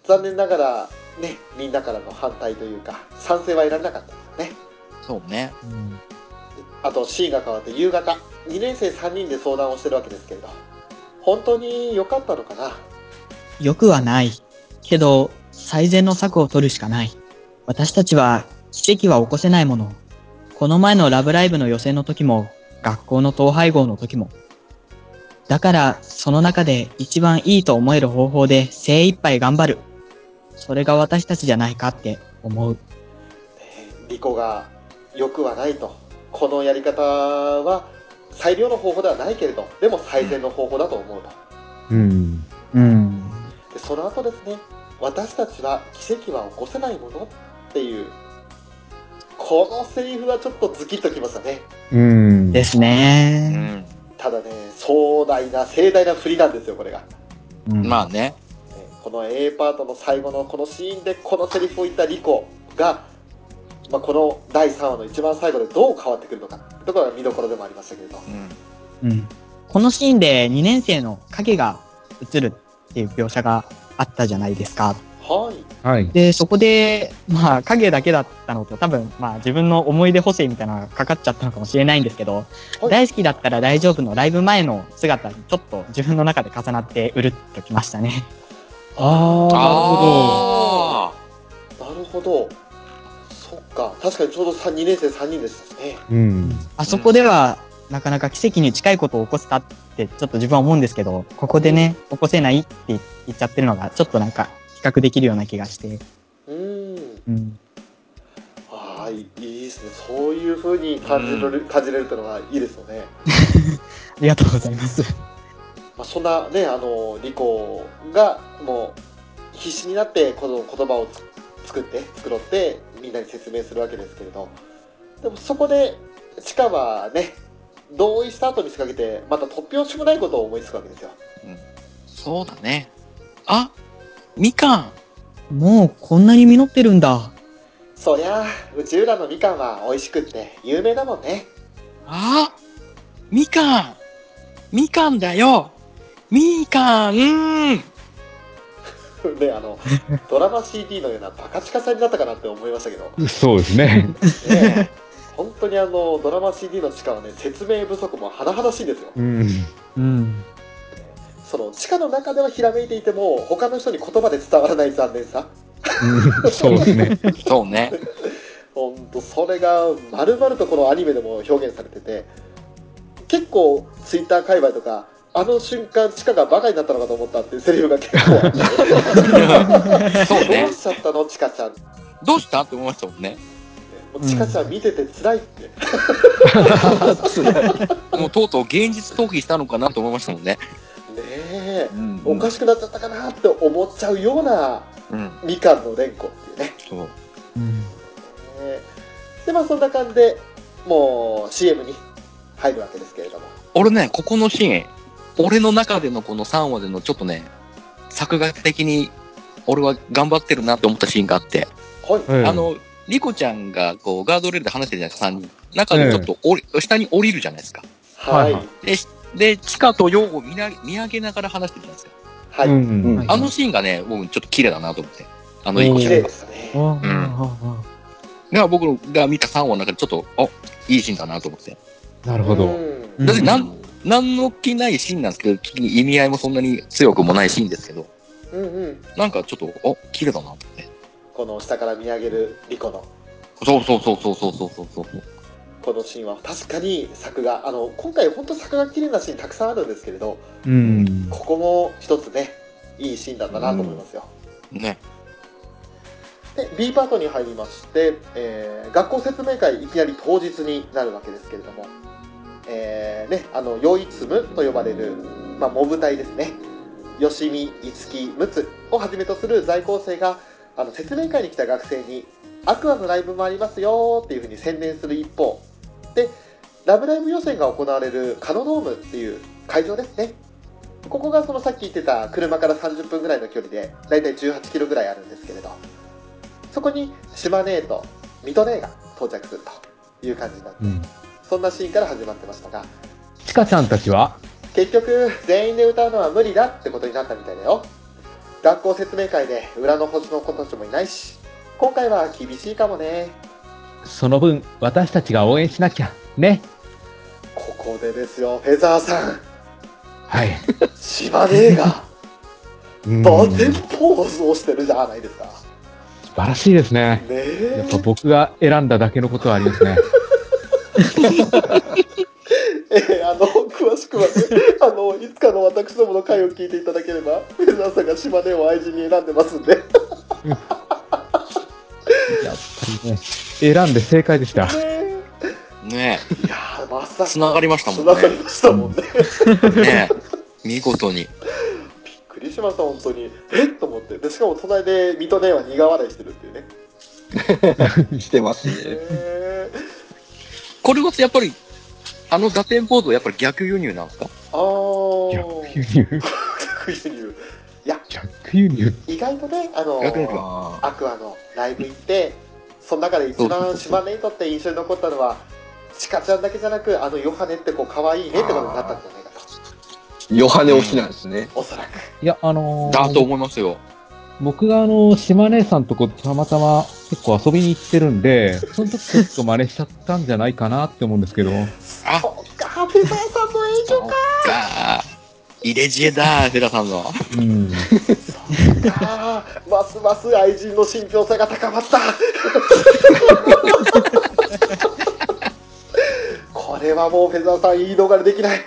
[SPEAKER 2] 残念ながらねみんなからの反対というか賛成は得られなかったんですよね
[SPEAKER 6] そうね。
[SPEAKER 2] あと C が変わって夕方2年生3人で相談をしてるわけですけれど本当に良かったのかな
[SPEAKER 4] よくはない。けど、最善の策を取るしかない。私たちは奇跡は起こせないもの。この前のラブライブの予選の時も、学校の統廃合の時も。だから、その中で一番いいと思える方法で精一杯頑張る。それが私たちじゃないかって思う。
[SPEAKER 2] えーリコが良くはないとこのやり方は最良の方法ではないけれどでも最善の方法だと思うと
[SPEAKER 3] うん。
[SPEAKER 4] うん。
[SPEAKER 2] でその後ですね私たちは奇跡は起こせないものっていうこのセリフはちょっとズキッときましたね
[SPEAKER 3] うん。
[SPEAKER 4] です
[SPEAKER 6] う
[SPEAKER 4] ね。
[SPEAKER 6] ん。
[SPEAKER 2] ただね壮大な盛大な振りなんですよこれが、
[SPEAKER 4] うん
[SPEAKER 6] まあね。
[SPEAKER 2] えーこの A パートの最後のこのシーンでこのセリフを言ったリコが、まあ、この第3話の一番最後でどう変わってくるのかってところが見どころでもありましたけれど
[SPEAKER 6] うん。
[SPEAKER 4] うん、このシーンで2年生の影が映るっていう描写があったじゃないですか。
[SPEAKER 2] はい
[SPEAKER 3] はい。
[SPEAKER 4] で、そこで、まあ、影だけだったのと、多分、まあ、自分の思い出補正みたいなのがかかっちゃったのかもしれないんですけど、
[SPEAKER 2] はい
[SPEAKER 4] 大好きだったら大丈夫のライブ前の姿にちょっと自分の中で重なってうるっときましたね。
[SPEAKER 3] あ
[SPEAKER 6] あ
[SPEAKER 2] なるほどそっか確かにちょうど2年生3人でしたしね
[SPEAKER 3] ー。うん。
[SPEAKER 4] あそこでは、なかなか奇跡に近いことを起こせたって、ちょっと自分は思うんですけど、ここでね、起こせないって言っちゃってるのが、ちょっとなんか、比較できるような気がして、
[SPEAKER 2] うーん
[SPEAKER 4] うん。
[SPEAKER 2] ああいいですねそういうふうに感じられる、感じれるというのはいいですよね、
[SPEAKER 4] ありがとうございます。
[SPEAKER 2] まあ、そんなねあのリコがもう必死になってこの言葉をつ作って繕ってみんなに説明するわけですけれどでもそこでチカはね同意した後に仕掛けてまた突拍子もないことを思いつくわけですよ
[SPEAKER 6] ー。そうだね。あみかん
[SPEAKER 4] もうこんなに実ってるんだ。
[SPEAKER 2] そりゃあ宇宙らのみかんは美味しくって有名だもんね
[SPEAKER 6] あみかんみかんだよみかんうん
[SPEAKER 2] ね、あのドラマ CD のようなバカチカさになったかなって思いましたけど、ね
[SPEAKER 3] そうですね。
[SPEAKER 2] え、本当にあのドラマ CD の地下はね説明不足も甚だしいんですよ
[SPEAKER 3] うん。
[SPEAKER 4] うん。
[SPEAKER 2] その地下の中ではひらめいていても他の人に言葉で伝わらない残念さ
[SPEAKER 3] そうですね。
[SPEAKER 6] そうね。
[SPEAKER 2] ほんとそれが丸々とこのアニメでも表現されてて結構ツイッター界隈とかあの瞬間地下がバカになったのかと思ったっていうセリフが結構あって
[SPEAKER 6] そう
[SPEAKER 2] ど
[SPEAKER 6] ね
[SPEAKER 2] う。しちゃったの地下ちゃんって
[SPEAKER 6] どうしたって思いましたもんね。
[SPEAKER 2] もう地下ちゃん見てて辛いって
[SPEAKER 6] もうとうとう現実逃避したのかなと思いましたもんね。
[SPEAKER 2] ねえ
[SPEAKER 8] うん
[SPEAKER 2] おかしくなっちゃったかなって思っちゃうような
[SPEAKER 6] うん。
[SPEAKER 2] みかんの連呼っていうねね
[SPEAKER 6] そう。
[SPEAKER 2] えでまあそんな感じでもう CM に入るわけですけれども
[SPEAKER 6] 俺ね、ここのシーン、俺の中でのこの3話でのちょっとね、作画的に俺は頑張ってるなって思ったシーンがあって、
[SPEAKER 2] はい、
[SPEAKER 3] うん
[SPEAKER 6] あ、の、リコちゃんがこうガードレールで話してるじゃないですか、3人。中でちょっと降り、下に降りるじゃないですか。
[SPEAKER 2] はい
[SPEAKER 3] はい
[SPEAKER 6] で、しで、地下とヨウを見な見上げながら話してるじゃないですか。
[SPEAKER 2] はい、
[SPEAKER 3] うん。
[SPEAKER 6] あのシーンがね、僕ちょっと綺麗だなと思って。あの、いい子
[SPEAKER 2] 綺
[SPEAKER 6] ちゃ
[SPEAKER 2] 麗で
[SPEAKER 6] んが。
[SPEAKER 2] したね
[SPEAKER 4] あ
[SPEAKER 6] うん
[SPEAKER 4] あ
[SPEAKER 6] が僕が見た3話の中でちょっと、あ、いいシーンだなと思って。
[SPEAKER 3] なるほ
[SPEAKER 2] う
[SPEAKER 3] ど。
[SPEAKER 2] ん
[SPEAKER 4] うん
[SPEAKER 6] だってなん、なんの気ないシーンなんですけど、特に意味合いもそんなに強くもないシーンですけど、
[SPEAKER 2] うんうん
[SPEAKER 6] なんかちょっと、あ、綺麗だなと思って。
[SPEAKER 2] この下から見上げるリコの
[SPEAKER 6] そうそうそうそうそうそうそうそう。
[SPEAKER 2] このシーンは確かに作画あの今回本当作画綺麗なシーンたくさんあるんですけれど
[SPEAKER 3] うん。
[SPEAKER 2] ここも一つねいいシーンだったなと思いますよ、
[SPEAKER 6] ね。
[SPEAKER 2] で B パートに入りまして、えー学校説明会いきなり当日になるわけですけれども、えーね、あのヨイツムと呼ばれる、まあ、モブ隊ですね吉見樹陸つをはじめとする在校生があの説明会に来た学生に「アクアのライブもありますよ」っていうふうに宣伝する一方で「ラブライブ!」予選が行われるカノドームっていう会場ですねここがそのさっき言ってた車から30分ぐらいの距離でだいたい1 8キロぐらいあるんですけれどそこに島根と水戸姉が到着するという感じになって、
[SPEAKER 3] うん
[SPEAKER 2] そんなシーンから始まってましたが
[SPEAKER 3] ちかちゃんたちは
[SPEAKER 2] 結局全員で歌うのは無理だってことになったみたいだよ学校説明会で裏の星の子たちもいないし今回は厳しいかもね
[SPEAKER 3] その分、私たちが応援しなきゃ。ね。
[SPEAKER 2] ここでですよフェザーさん
[SPEAKER 3] はい。
[SPEAKER 2] 島根が
[SPEAKER 3] うん
[SPEAKER 2] バテン
[SPEAKER 3] 素
[SPEAKER 2] ポーズをしてるじゃないですかね
[SPEAKER 3] 晴らしいですね。や
[SPEAKER 2] え
[SPEAKER 3] っぱ僕が選んだだけのことはあります ね。
[SPEAKER 2] ええあの詳しくはね あのいつかの私どもの回を聞いていただければフェザーさんが島根を愛人に選んでますんで
[SPEAKER 3] やっぱりね、選んで正解でした。
[SPEAKER 2] ねえ
[SPEAKER 6] ね
[SPEAKER 2] いやや、まさ
[SPEAKER 6] 繋がりましたも
[SPEAKER 2] つ
[SPEAKER 6] ん
[SPEAKER 2] な
[SPEAKER 6] ね。
[SPEAKER 2] がりましたもんね。
[SPEAKER 6] ねえ見事に。
[SPEAKER 2] びっくりしました、本当に。えっと思って。で、しかも隣で水戸姉は苦笑いしてるっていうね。
[SPEAKER 8] してますね。
[SPEAKER 2] へー
[SPEAKER 6] これこそやっぱり、あの打点ポーズはやっぱり逆輸入なんですか
[SPEAKER 2] あー。
[SPEAKER 3] 逆輸入
[SPEAKER 2] 逆輸入
[SPEAKER 3] 逆輸入
[SPEAKER 2] 意外とね、あの
[SPEAKER 6] 逆輸入か。
[SPEAKER 8] あ
[SPEAKER 2] アクアのライブ行って、その中で一番島根にとって印象に残ったのは、チカちゃんだけじゃなく、あのヨハネってこう可愛いねってことになったんじゃないかと。
[SPEAKER 8] ーヨハネ推しなんですね。
[SPEAKER 2] おそらく。
[SPEAKER 3] いや、あのー
[SPEAKER 6] だと思いますよ。
[SPEAKER 3] 僕があの、島根さんとこたまたま結構遊びに行ってるん で、その時ちょっと真似しちゃったんじゃないかなって思うんですけど、
[SPEAKER 6] あ
[SPEAKER 2] そうか、ペザーさんの影響
[SPEAKER 6] が入れ知恵だ、フラさんの。
[SPEAKER 3] うん。
[SPEAKER 2] あーますます愛人の信憑性が高まったこれはもうフェザーさん言い逃れできない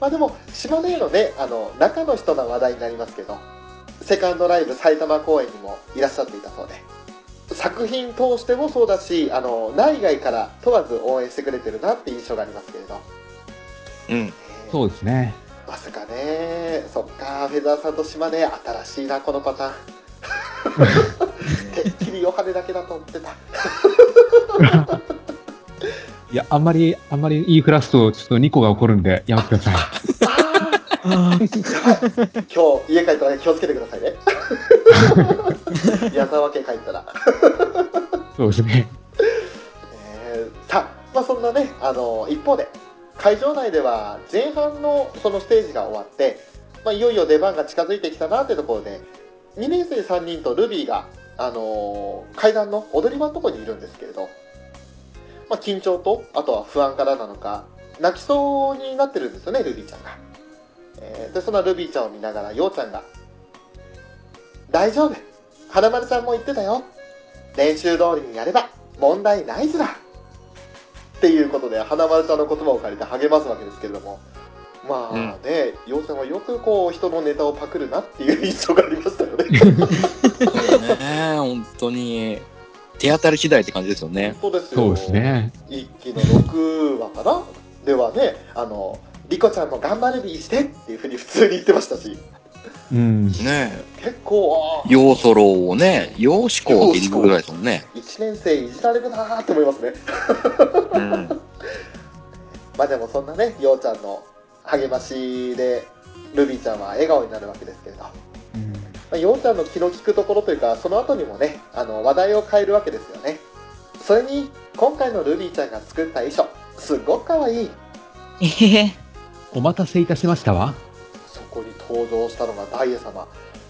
[SPEAKER 2] まあでも島根のねあの中の人な話題になりますけどセカンドライブ埼玉公演にもいらっしゃっていたそうで作品通してもそうだしあの内外から問わず応援してくれてるなって印象がありますけれど、
[SPEAKER 6] うん。
[SPEAKER 3] そうですね。
[SPEAKER 2] まさかねそっかフェザーさんと島ね新しいなこのパターンてっきりヨハネだけだと思ってた
[SPEAKER 3] いや、あんまり、あんまり言いふらすと、ちょっと2個が起こるんで、やめてください。
[SPEAKER 4] あー
[SPEAKER 2] 今日家帰ったら気をつけてくださいね矢沢家帰ったら、ね
[SPEAKER 3] そうですね。
[SPEAKER 2] えさあ、まあ、そんなねあの一方で会場内では前半のそのステージが終わって、まあ、いよいよ出番が近づいてきたなってところで2年生3人とルビーが、あのー階段の踊り場のところにいるんですけれど、まあ、緊張とあとは不安からなのか泣きそうになってるんですよねルビーちゃんが、えーでそんなルビーちゃんを見ながらようちゃんが「大丈夫花丸ちゃんも言ってたよ練習通りにやれば問題ないずら」っていうことで花丸ちゃんの言葉を借りて励ますわけですけれどもまあね、ようちゃんはよくこう人のネタをパクるなっていう印象がありましたよね
[SPEAKER 6] ねえ、本当に。手当たり次第って感じですよね。
[SPEAKER 2] 本当ですよ
[SPEAKER 3] そうですね。
[SPEAKER 2] 一期の6話かなではねあのリコちゃんも頑張るビーしてっていうふうに普通に言ってましたし
[SPEAKER 3] うん。
[SPEAKER 6] ね
[SPEAKER 2] 結構
[SPEAKER 6] え。要ソロをね、要思考っていうぐらいですもんね。
[SPEAKER 2] 1年生いじられるなーって思いますね
[SPEAKER 6] うん。
[SPEAKER 2] まあでもそんなねようちゃんの励ましでルビーちゃんは笑顔になるわけですけれど、まあ、ようちゃんの気の利くところというかその後にもねあの話題を変えるわけですよねそれに今回のルビーちゃんが作った衣装すごくかわいい
[SPEAKER 4] えへへ。
[SPEAKER 3] お待たせいたしましたわ。
[SPEAKER 2] そこに登場したのがダイヤ様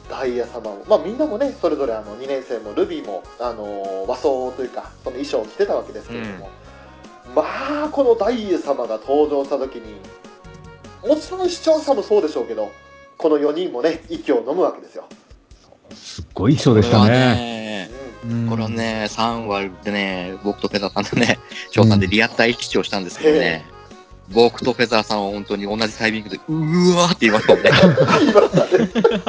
[SPEAKER 2] ダイヤ様も、まあ、みんなもねそれぞれあの2年生もルビーも、あのー和装というかその衣装を着てたわけですけれども、まあこのダイヤ様が登場した時にもちろん視聴者もそうでしょうけどこの4人もね息を飲むわけですよ、
[SPEAKER 3] すっごい衣装でし
[SPEAKER 6] こ
[SPEAKER 3] た
[SPEAKER 6] れは
[SPEAKER 3] ね。
[SPEAKER 6] ね。
[SPEAKER 2] う
[SPEAKER 4] うん
[SPEAKER 6] これはね、3話でね、僕とフェザーさんでね、翔さんでリアタイ視聴したんですけどね、僕とフェザーさんは本当に同じタイミングで、うわーって言いましたもんね。
[SPEAKER 2] ん、言いましたね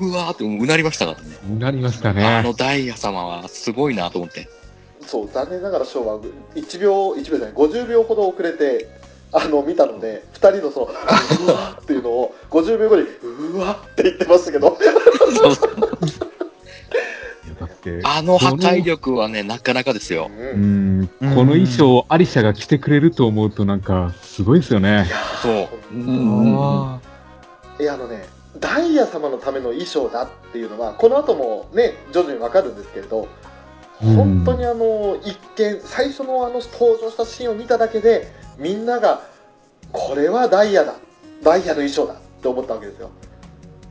[SPEAKER 6] うわーってもううなりましたからね。
[SPEAKER 3] なりました
[SPEAKER 6] あの
[SPEAKER 3] ね。
[SPEAKER 6] ダイヤ様はすごいなと思って。
[SPEAKER 2] そう残念ながらショーは1秒1秒じゃない50秒ほど遅れてあの見たので2人のその「うわ」っていうのを50秒後に「うわ」って言ってましたけど
[SPEAKER 3] いやだって
[SPEAKER 6] あの破壊力はね、なかなかですよ。
[SPEAKER 3] う
[SPEAKER 2] うん
[SPEAKER 3] ん。この衣装をアリシャが着てくれると思うとなんか、すごいですよね。
[SPEAKER 6] そう。
[SPEAKER 4] あ
[SPEAKER 2] いやあのねダイヤ様のための衣装だっていうのはこの後もね徐々にわかるんですけれど
[SPEAKER 3] うん
[SPEAKER 2] 本当にあの一見最初のあの登場したシーンを見ただけでみんながこれはダイヤだダイヤの衣装だって思ったわけですよ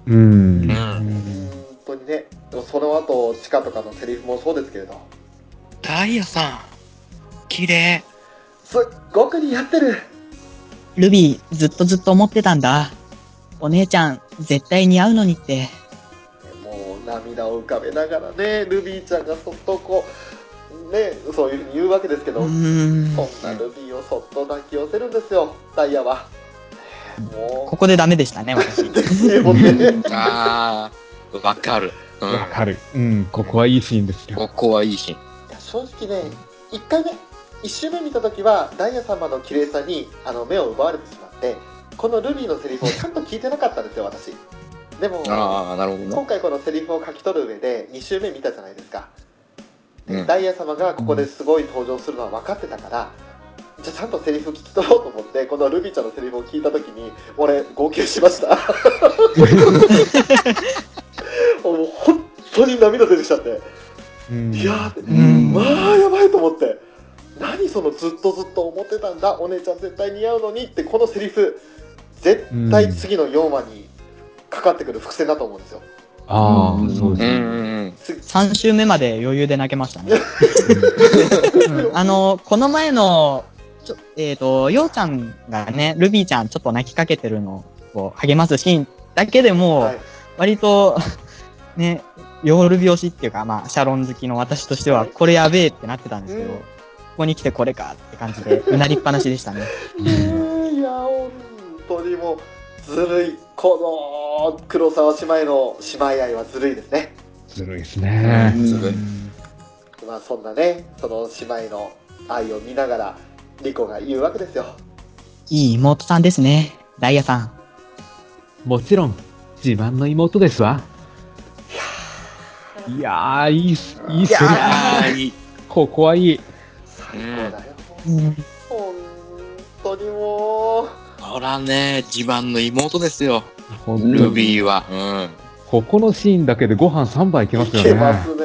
[SPEAKER 3] うん。
[SPEAKER 4] ー
[SPEAKER 2] 本当にねでもその後地下とかのセリフもそうですけれど
[SPEAKER 6] ダイヤさん、綺麗。
[SPEAKER 2] すっごく似合ってる
[SPEAKER 4] ルビー、ずっとずっと思ってたんだ。お姉ちゃん、絶対似合うのにって。
[SPEAKER 2] もう涙を浮かべながらねルビーちゃんがそっとこうねそういうふうに言うわけですけ
[SPEAKER 4] う
[SPEAKER 2] ど、
[SPEAKER 4] ーん。
[SPEAKER 2] そんなルビーをそっと抱き寄せるんですよ、ダイヤは。も
[SPEAKER 4] ここでダメでした ね、私。
[SPEAKER 2] う、ですよね。
[SPEAKER 6] あー、わかる。う
[SPEAKER 3] わ
[SPEAKER 6] ん。
[SPEAKER 3] かる。うん。ここはいいシーンですよ。
[SPEAKER 6] ここはいいシーン。
[SPEAKER 2] 正直ね1回目1周目見た時はダイヤ様の綺麗さにあの目を奪われてしまってこのルビーのセリフをちゃんと聞いてなかったんですよ私でも
[SPEAKER 6] ああ、なるほどね
[SPEAKER 2] 今。回このセリフを書き取る上で2周目見たじゃないですか、で
[SPEAKER 6] うん
[SPEAKER 2] ダイヤ様がここですごい登場するのは分かってたからじゃあちゃんとセリフ聞き取ろうと思ってこのルビーちゃんのセリフを聞いた時に俺号泣しましたもう本当に涙出てきちゃっていやーって
[SPEAKER 4] うん
[SPEAKER 2] まあやばいと思って何そのずっとずっと思ってたんだお姉ちゃん絶対似合うのにってこのセリフ絶対次の4話にかかってくる伏線だと思うんですよ
[SPEAKER 3] ああ、そう
[SPEAKER 6] う
[SPEAKER 3] ですね。
[SPEAKER 6] んうんうん。
[SPEAKER 2] 次
[SPEAKER 4] 3週目まで余裕で泣けまし たね。うんあの、この前の、ちょえっ、と、ようちゃんがね、ルビーちゃんちょっと泣きかけてるのを励ますシーンだけでも、
[SPEAKER 2] はい
[SPEAKER 4] 割と、 ね、ヨールビ推しっていうか、まあ、シャロン好きの私としては、これやべえってなってたんですけど、
[SPEAKER 2] うん
[SPEAKER 4] ここに来てこれかって感じで、うなりっぱなしでしたね。
[SPEAKER 2] いや本当にもうずるいこの黒沢姉妹の姉妹愛はずるいですね
[SPEAKER 3] ずるいですね。
[SPEAKER 6] ずるい。
[SPEAKER 2] まあそんなねその姉妹の愛を見ながらリコが言うわけですよ
[SPEAKER 4] いい妹さんですね、ダイヤさん。
[SPEAKER 3] もちろん、自慢の妹ですわ。いやー、いいっす、いいっすね。
[SPEAKER 6] ああ、いい。
[SPEAKER 3] ここはいい。
[SPEAKER 2] 最高だよ、
[SPEAKER 4] うん
[SPEAKER 2] 本当にも
[SPEAKER 6] ほらね、自慢の妹ですよ。
[SPEAKER 3] ほんと
[SPEAKER 6] ルビーは。
[SPEAKER 3] ここのシーンだけでご飯3杯いけ
[SPEAKER 2] う
[SPEAKER 3] ま
[SPEAKER 2] い
[SPEAKER 3] すよ
[SPEAKER 2] け
[SPEAKER 3] ね。
[SPEAKER 2] ますね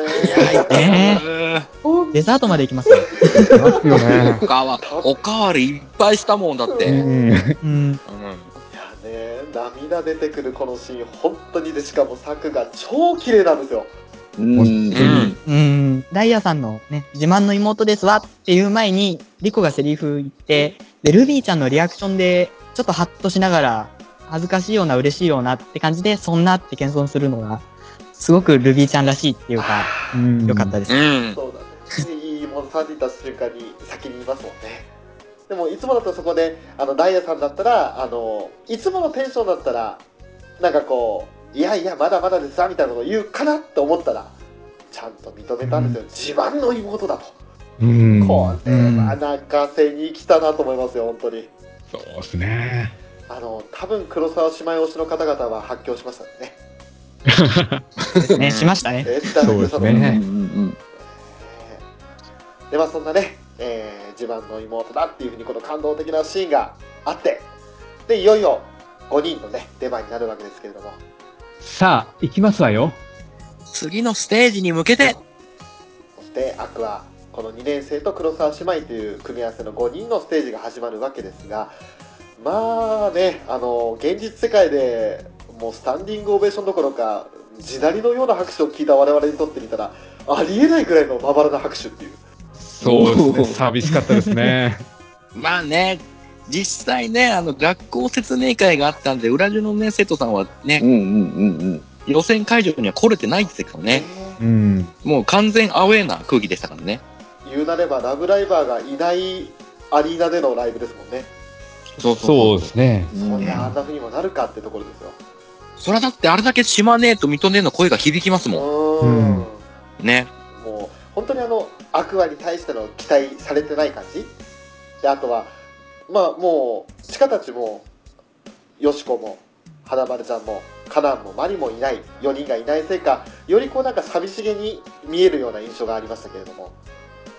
[SPEAKER 4] え
[SPEAKER 6] うん。
[SPEAKER 2] 本
[SPEAKER 4] デザートまで行きますよ。
[SPEAKER 3] いけますよね。
[SPEAKER 6] おかわ、おかわりいっぱいしたもんだっ
[SPEAKER 2] う
[SPEAKER 6] て。
[SPEAKER 3] うん
[SPEAKER 4] うん。
[SPEAKER 6] うん。
[SPEAKER 2] 当いやね涙出てくるこのシーン本当にでしかも作が超綺麗なんですよ
[SPEAKER 8] うん
[SPEAKER 6] う。ん。
[SPEAKER 4] うん、ダイヤさんのね、自慢の妹ですわっていう前に、リコがセリフ言って、で、ルビーちゃんのリアクションで、ちょっとハッとしながら、恥ずかしいような嬉しいようなって感じで、そんなって謙遜するのが、すごくルビーちゃんらしいっていうか、
[SPEAKER 3] うん
[SPEAKER 4] 良かったです。
[SPEAKER 6] うん。
[SPEAKER 2] そうだね。いいものさっていた瞬間に先にいますもんね。でもいつもだとそこであのダイヤさんだったらあのいつものテンションだったらなんかこういやいやまだまだですわみたいなことを言うかなと思ったらちゃんと認めたんですよ、自慢の妹だと、
[SPEAKER 3] うん。
[SPEAKER 2] こ
[SPEAKER 3] そ
[SPEAKER 2] れは泣かせに来たなと思いますよ本当に
[SPEAKER 3] うですね。
[SPEAKER 2] あの多分黒沢姉妹推しの方々は発狂しましたね
[SPEAKER 4] ね、しましたね。
[SPEAKER 2] 絶対発狂したと思います
[SPEAKER 3] そうですね
[SPEAKER 2] でまあそんなね、えー自慢の妹だっていうふうにこの感動的なシーンがあってでいよいよ5人のね出番になるわけですけれども
[SPEAKER 3] さあ、行きますわよ。
[SPEAKER 6] 次のステージに向けて。
[SPEAKER 2] そしてアクアこの2年生と黒沢姉妹という組み合わせの5人のステージが始まるわけですがまあねあの現実世界でもうスタンディングオベーションどころか地鳴りのような拍手を聞いた我々にとってみたらありえないぐらいのまばらな拍手っていう
[SPEAKER 3] そうですね。寂しかったですね。
[SPEAKER 6] まあね、実際ね、あの、学校説明会があったんで、裏地のね、生徒さんはね、
[SPEAKER 8] うんうんうん
[SPEAKER 6] 予選会場には来れてないですけどね、
[SPEAKER 3] うん。
[SPEAKER 6] もう完全アウェーな空気でしたからね。
[SPEAKER 2] 言うなればラブライバーがいないアリーナでのライブですもんね、
[SPEAKER 6] そう
[SPEAKER 3] そう
[SPEAKER 6] う。
[SPEAKER 3] ですね。
[SPEAKER 2] そりゃあんな風にもなるかってところですよ
[SPEAKER 6] それはだってあれだけ島根と水戸根の声が響きます
[SPEAKER 2] う
[SPEAKER 6] も
[SPEAKER 2] ー
[SPEAKER 3] うん
[SPEAKER 2] ん
[SPEAKER 6] ん。ね。
[SPEAKER 2] もう本当にあのアクアに対しての期待されてない感じであとはまあもうチカたちもよしこも花丸ちゃんもカナンもマリもいない4人がいないせいかよりこうなんか寂しげに見えるような印象がありましたけれども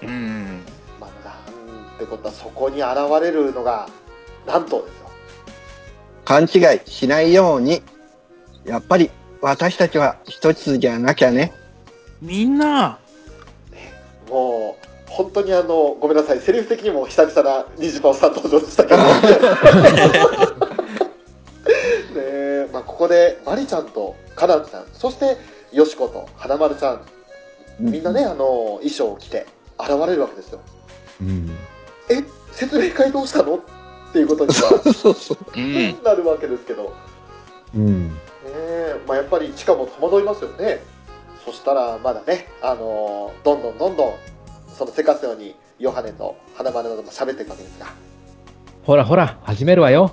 [SPEAKER 6] うん。
[SPEAKER 2] まあなんてことはそこに現れるのがなんとですよ
[SPEAKER 7] 勘違いしないように。やっぱり私たちは一つじゃなきゃね。
[SPEAKER 6] みんな、
[SPEAKER 2] もう本当にあのごめんなさいセリフ的にも久々なニジパオさん登場でしたけどねえ、まあ、ここでマリちゃんとカナンちゃんそしてヨシコと花丸ちゃんみんなね、あの衣装を着て現れるわけですよ
[SPEAKER 3] うん。
[SPEAKER 2] え説明会どうしたのっていうことには
[SPEAKER 7] そうそう。
[SPEAKER 6] う ん。
[SPEAKER 2] なるわけですけど、ね
[SPEAKER 3] うん。
[SPEAKER 2] えまあ、やっぱりチカも戸惑いますよねそしたらまだねあのどんどんどんどんそのせかすようにヨハネと花丸なども喋っていくわけですが
[SPEAKER 3] ほらほら、始めるわよ。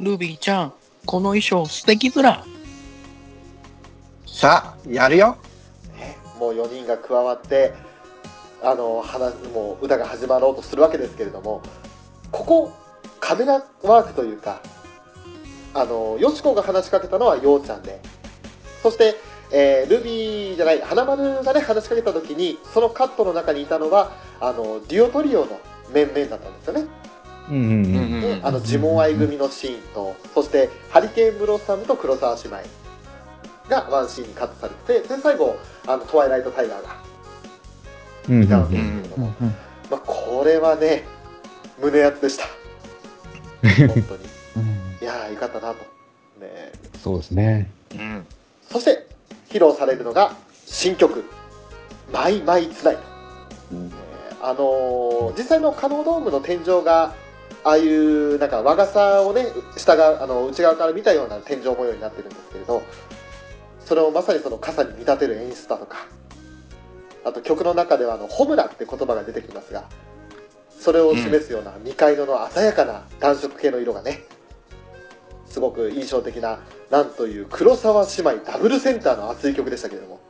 [SPEAKER 6] ルビーちゃん、この衣装素敵ずら。
[SPEAKER 7] さあ、やるよ。
[SPEAKER 2] もう4人が加わってあの話もう歌が始まろうとするわけですけれどもここカメラワークというかあのよしこが話しかけたのはようちゃんでそして、えールビーじゃない花丸がね話しかけた時にそのカットの中にいたのはあのデュオトリオの面々だったんですよね
[SPEAKER 3] うんうんうん。
[SPEAKER 6] うん
[SPEAKER 2] あの呪文愛組のシーンと、そしてハリケーンブロッサムと黒沢姉妹がワンシーンにカットされててで最後あのトワイライト・タイガーが
[SPEAKER 3] うんう
[SPEAKER 2] いたわけ
[SPEAKER 3] ん
[SPEAKER 2] ですけれど
[SPEAKER 4] うん
[SPEAKER 2] も、
[SPEAKER 4] うん
[SPEAKER 2] まあ、これはね胸熱でした本当に
[SPEAKER 4] うん
[SPEAKER 2] いやーよかったなと、ね、
[SPEAKER 3] そうですね。
[SPEAKER 6] うん
[SPEAKER 2] そして披露されるのが新曲「マイマイつらい」
[SPEAKER 8] うん
[SPEAKER 2] えーあのー実際のカノードームの天井がああいうなんか和傘をね下があの内側から見たような天井模様になってるんですけれどそれをまさにその傘に見立てる演出だとかあと曲の中ではあの「ホムラ」って言葉が出てきますがそれを示すような未開色の鮮やかな暖色系の色がねすごく印象的ななんという黒沢姉妹ダブルセンターの熱い曲でしたけれども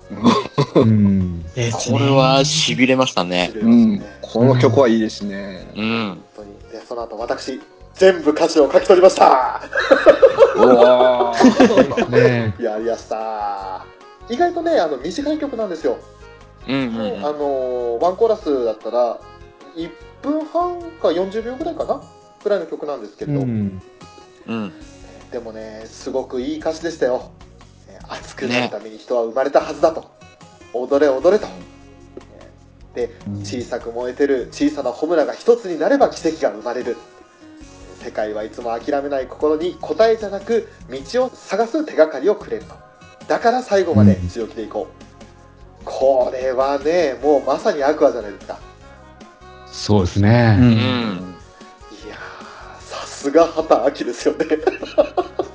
[SPEAKER 3] うん。
[SPEAKER 4] ですね
[SPEAKER 6] これは痺れましたね。
[SPEAKER 2] 知れ
[SPEAKER 8] う
[SPEAKER 2] ま
[SPEAKER 8] ん
[SPEAKER 2] したね。
[SPEAKER 8] この曲はいいですね。
[SPEAKER 6] うん。
[SPEAKER 2] 本当にでその後私全部歌詞を書き取りました
[SPEAKER 8] うわー
[SPEAKER 3] ね
[SPEAKER 2] やりやした意外とねあの短い曲なんですよ、
[SPEAKER 6] うんうん
[SPEAKER 2] あのーワンコーラスだったら1分半か40秒ぐらいかなぐらいの曲なんですけ
[SPEAKER 3] う
[SPEAKER 2] れど、
[SPEAKER 3] ん。
[SPEAKER 6] うん。
[SPEAKER 2] でもねすごくいい歌詞でしたよね熱くなるために人は生まれたはずだと、踊れ踊れとで小さく燃えてる小さなホムラが一つになれば奇跡が生まれる世界はいつも諦めない心に答えじゃなく道を探す手がかりをくれるとだから最後まで強気でいこう、これはねもうまさにアクアじゃないですか
[SPEAKER 3] そうです
[SPEAKER 4] う
[SPEAKER 3] ね。
[SPEAKER 6] うんん。
[SPEAKER 2] いやーさすが畑明ですよね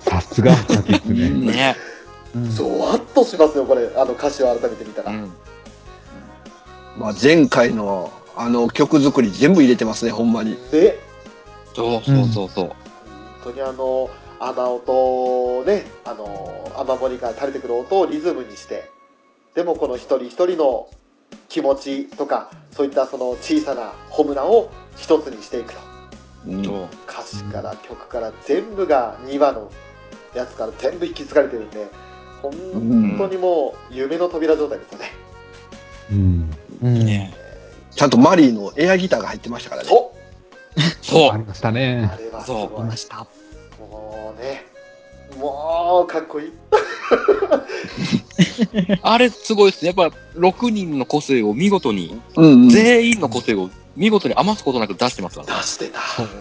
[SPEAKER 3] さすが畑ですね。
[SPEAKER 6] ね。
[SPEAKER 4] うん
[SPEAKER 2] ゾワッとしますよこれあの歌詞を改めて見たら、
[SPEAKER 6] うん。
[SPEAKER 8] まあ前回のあの曲作り全部入れてますね、ほんまに。
[SPEAKER 2] で
[SPEAKER 6] そうそうそうそ
[SPEAKER 2] 本当にあの雨音をねあの雨漏りが垂れてくる音をリズムにしてでもこの一人一人の気持ちとかそういったその小さなホームランを一つにしていくと
[SPEAKER 8] う
[SPEAKER 6] う。
[SPEAKER 8] ん
[SPEAKER 6] そう。
[SPEAKER 2] 歌詞から曲から全部が2話のやつから全部引き継がれてるんで本当にもう夢の扉状態ですよね、
[SPEAKER 3] うん。
[SPEAKER 4] うん
[SPEAKER 6] ね。
[SPEAKER 8] ちゃんとマリーのエアギターが入ってましたからね。
[SPEAKER 2] そ
[SPEAKER 6] そ
[SPEAKER 3] あり
[SPEAKER 6] う。
[SPEAKER 3] ました
[SPEAKER 2] う
[SPEAKER 3] ね
[SPEAKER 2] あ。れはす
[SPEAKER 6] そう
[SPEAKER 4] あ
[SPEAKER 2] ご
[SPEAKER 4] り
[SPEAKER 2] い
[SPEAKER 4] ました。
[SPEAKER 2] もうねもうかっこいい
[SPEAKER 6] あれすごいですね。やっぱ6人の個性を見事に、
[SPEAKER 8] うんうん。
[SPEAKER 6] 全員の個性を見事に余すことなく出してますか
[SPEAKER 2] 出
[SPEAKER 6] らね。
[SPEAKER 2] してた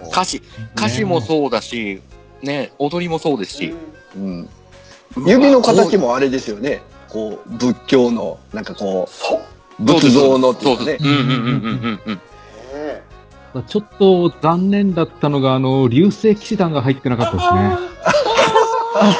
[SPEAKER 6] 歌詞、歌詞もそうだし、ね、踊りもそうですし
[SPEAKER 2] う。ん
[SPEAKER 8] うん指の形もあれですよね。こう、仏教の、なんかこ
[SPEAKER 2] そうね
[SPEAKER 8] う、仏像のってい
[SPEAKER 6] そうう
[SPEAKER 8] か
[SPEAKER 6] で
[SPEAKER 8] ね
[SPEAKER 6] す。。うんうんうんうんうん。
[SPEAKER 2] え
[SPEAKER 3] まあちょっと残念だったのが、あの、流星騎士団が入ってなかった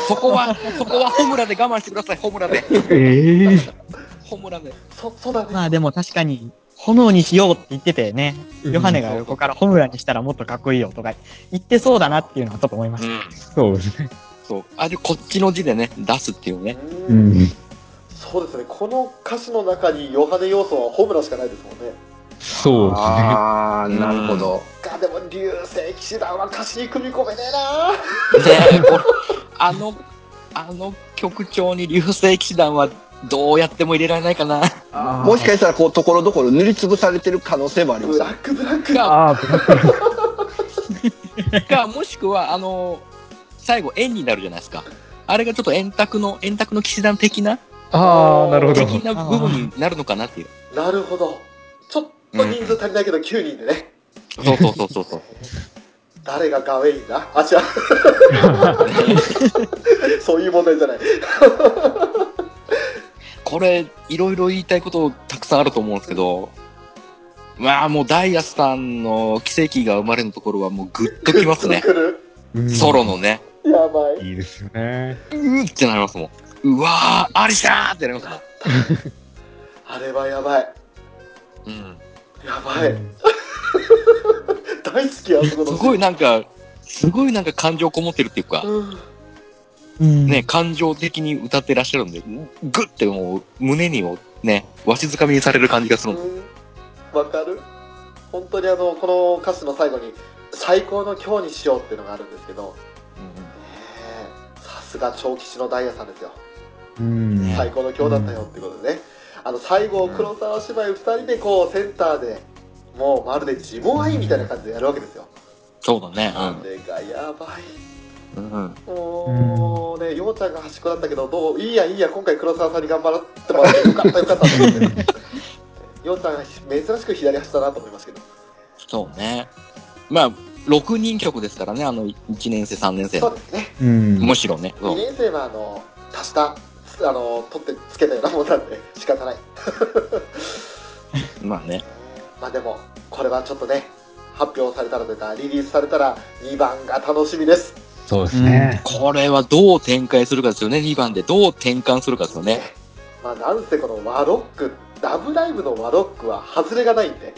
[SPEAKER 6] そこは、そこはホムラで我慢してください、ホムラ で。
[SPEAKER 3] ですね。ええ。
[SPEAKER 6] ホムラで。
[SPEAKER 2] そそうだね、
[SPEAKER 4] まあでも確かに、炎にしようって言っててね、ヨハネが横からホムラにしたらもっとかっこいいよとか言ってそうだなっていうのはちょっと思いま
[SPEAKER 6] う
[SPEAKER 4] し
[SPEAKER 6] ん。
[SPEAKER 3] そうですね。
[SPEAKER 6] そう。あれ、こっちの字でね、出すっていうね。
[SPEAKER 3] う
[SPEAKER 2] うん
[SPEAKER 3] ん。
[SPEAKER 2] そうですねこの歌詞の中にヨハネ要素はホムラしかないですもんね
[SPEAKER 3] そうですね。
[SPEAKER 8] ああ、なるほど。
[SPEAKER 2] がでも流星騎士団は歌詞に組み込めねえな
[SPEAKER 6] ねこれ あの、あの曲調に流星騎士団はどうやっても入れられないかな。
[SPEAKER 8] もしかしたら、こう、ところどころ塗りつぶされてる可能性もありま
[SPEAKER 2] ブ
[SPEAKER 8] す
[SPEAKER 2] ラ。ックブラック
[SPEAKER 6] か、
[SPEAKER 3] ああ、ブラック
[SPEAKER 6] か、もしくは、あの、最後、円になるじゃないですか。あれがちょっと円卓の、円卓の騎士団的な、
[SPEAKER 3] ああ、なるほど。
[SPEAKER 6] 的な部分になるのかなっていう。
[SPEAKER 2] なるほどちょっと人数足りないけど9人でね、
[SPEAKER 6] そうそうそうそうそう。
[SPEAKER 2] 誰がガウェインだあ 違うそういう問題じゃない
[SPEAKER 6] これ、いろいろ言いたいことたくさんあると思うんですけど、まあもうダイアスさんの奇跡が生まれのところはもうグッときますね。
[SPEAKER 2] 来る
[SPEAKER 3] うん
[SPEAKER 6] ソロ。のね、
[SPEAKER 2] やばい
[SPEAKER 3] いいですよね。
[SPEAKER 6] うーってなりますもん。うわー、ありしたーってなります
[SPEAKER 2] あれはやばい
[SPEAKER 6] もん。うん。
[SPEAKER 2] やばい、大好きあそこの
[SPEAKER 6] すごいなんか、すごいなんか感情こもってるっていうか、
[SPEAKER 2] うん
[SPEAKER 4] た。うん
[SPEAKER 6] ね、感情的に歌ってらっしゃるんで、グッてもう胸にをね、わしづかみにされる感じがするんで
[SPEAKER 2] うんわかる本当にあのこの歌詞の最後に「最高の今日にしよう」っていうのがあるんですけどねえさすが長吉のダイヤさんですよ
[SPEAKER 3] うん
[SPEAKER 4] ね
[SPEAKER 2] 最高の今日だったよってことでね、あの最後黒沢姉妹2人でこうセンターでもうまるで自問愛みたいな感じでやるわけですよ、
[SPEAKER 6] そうだね。
[SPEAKER 2] あれがやばい
[SPEAKER 6] うん。うん。
[SPEAKER 2] もうね、ようちゃんが端っこだったけど、どういいやいいや、今回黒沢さんに頑張ってもらってよかったよかったと思って。ようちゃんが珍しく左端だなと思いますけど。
[SPEAKER 6] そうね。まあ、6人曲ですからね、あの、1年生、3年生
[SPEAKER 2] そ
[SPEAKER 6] の
[SPEAKER 2] う。ですね。
[SPEAKER 4] うん。
[SPEAKER 6] むしろね。そ
[SPEAKER 2] 2
[SPEAKER 6] う
[SPEAKER 2] 年生はあの足したつあの取ってつけたようなもんなんで仕方ない。
[SPEAKER 6] まあね。
[SPEAKER 2] まあでもこれはちょっとね。発表されたらというかリリースされたら2番が楽しみです
[SPEAKER 3] そうですね。
[SPEAKER 6] これはどう展開するかですよね。2番でどう転換するかですよね。
[SPEAKER 2] まあなんせこの和ロック「ラブライブ!」の和ロックは外れがないんで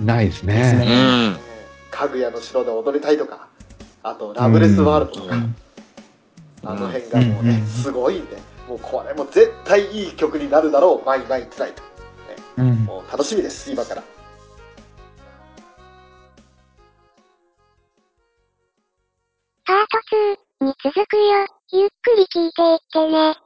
[SPEAKER 3] ないです
[SPEAKER 4] です
[SPEAKER 3] ね。
[SPEAKER 6] う
[SPEAKER 4] ね
[SPEAKER 6] ん。
[SPEAKER 2] かぐやの城で踊りたいとか、あとラブレスワールドとか、あの辺がもう
[SPEAKER 4] うんうん
[SPEAKER 2] ね、
[SPEAKER 4] うん
[SPEAKER 2] すごいんで、もうこれも絶対いい曲になるだろう、毎毎言ってないと。
[SPEAKER 4] うん。
[SPEAKER 2] もう楽しみです、今から。
[SPEAKER 5] パート2に続くよ。ゆっくり聞いていってね。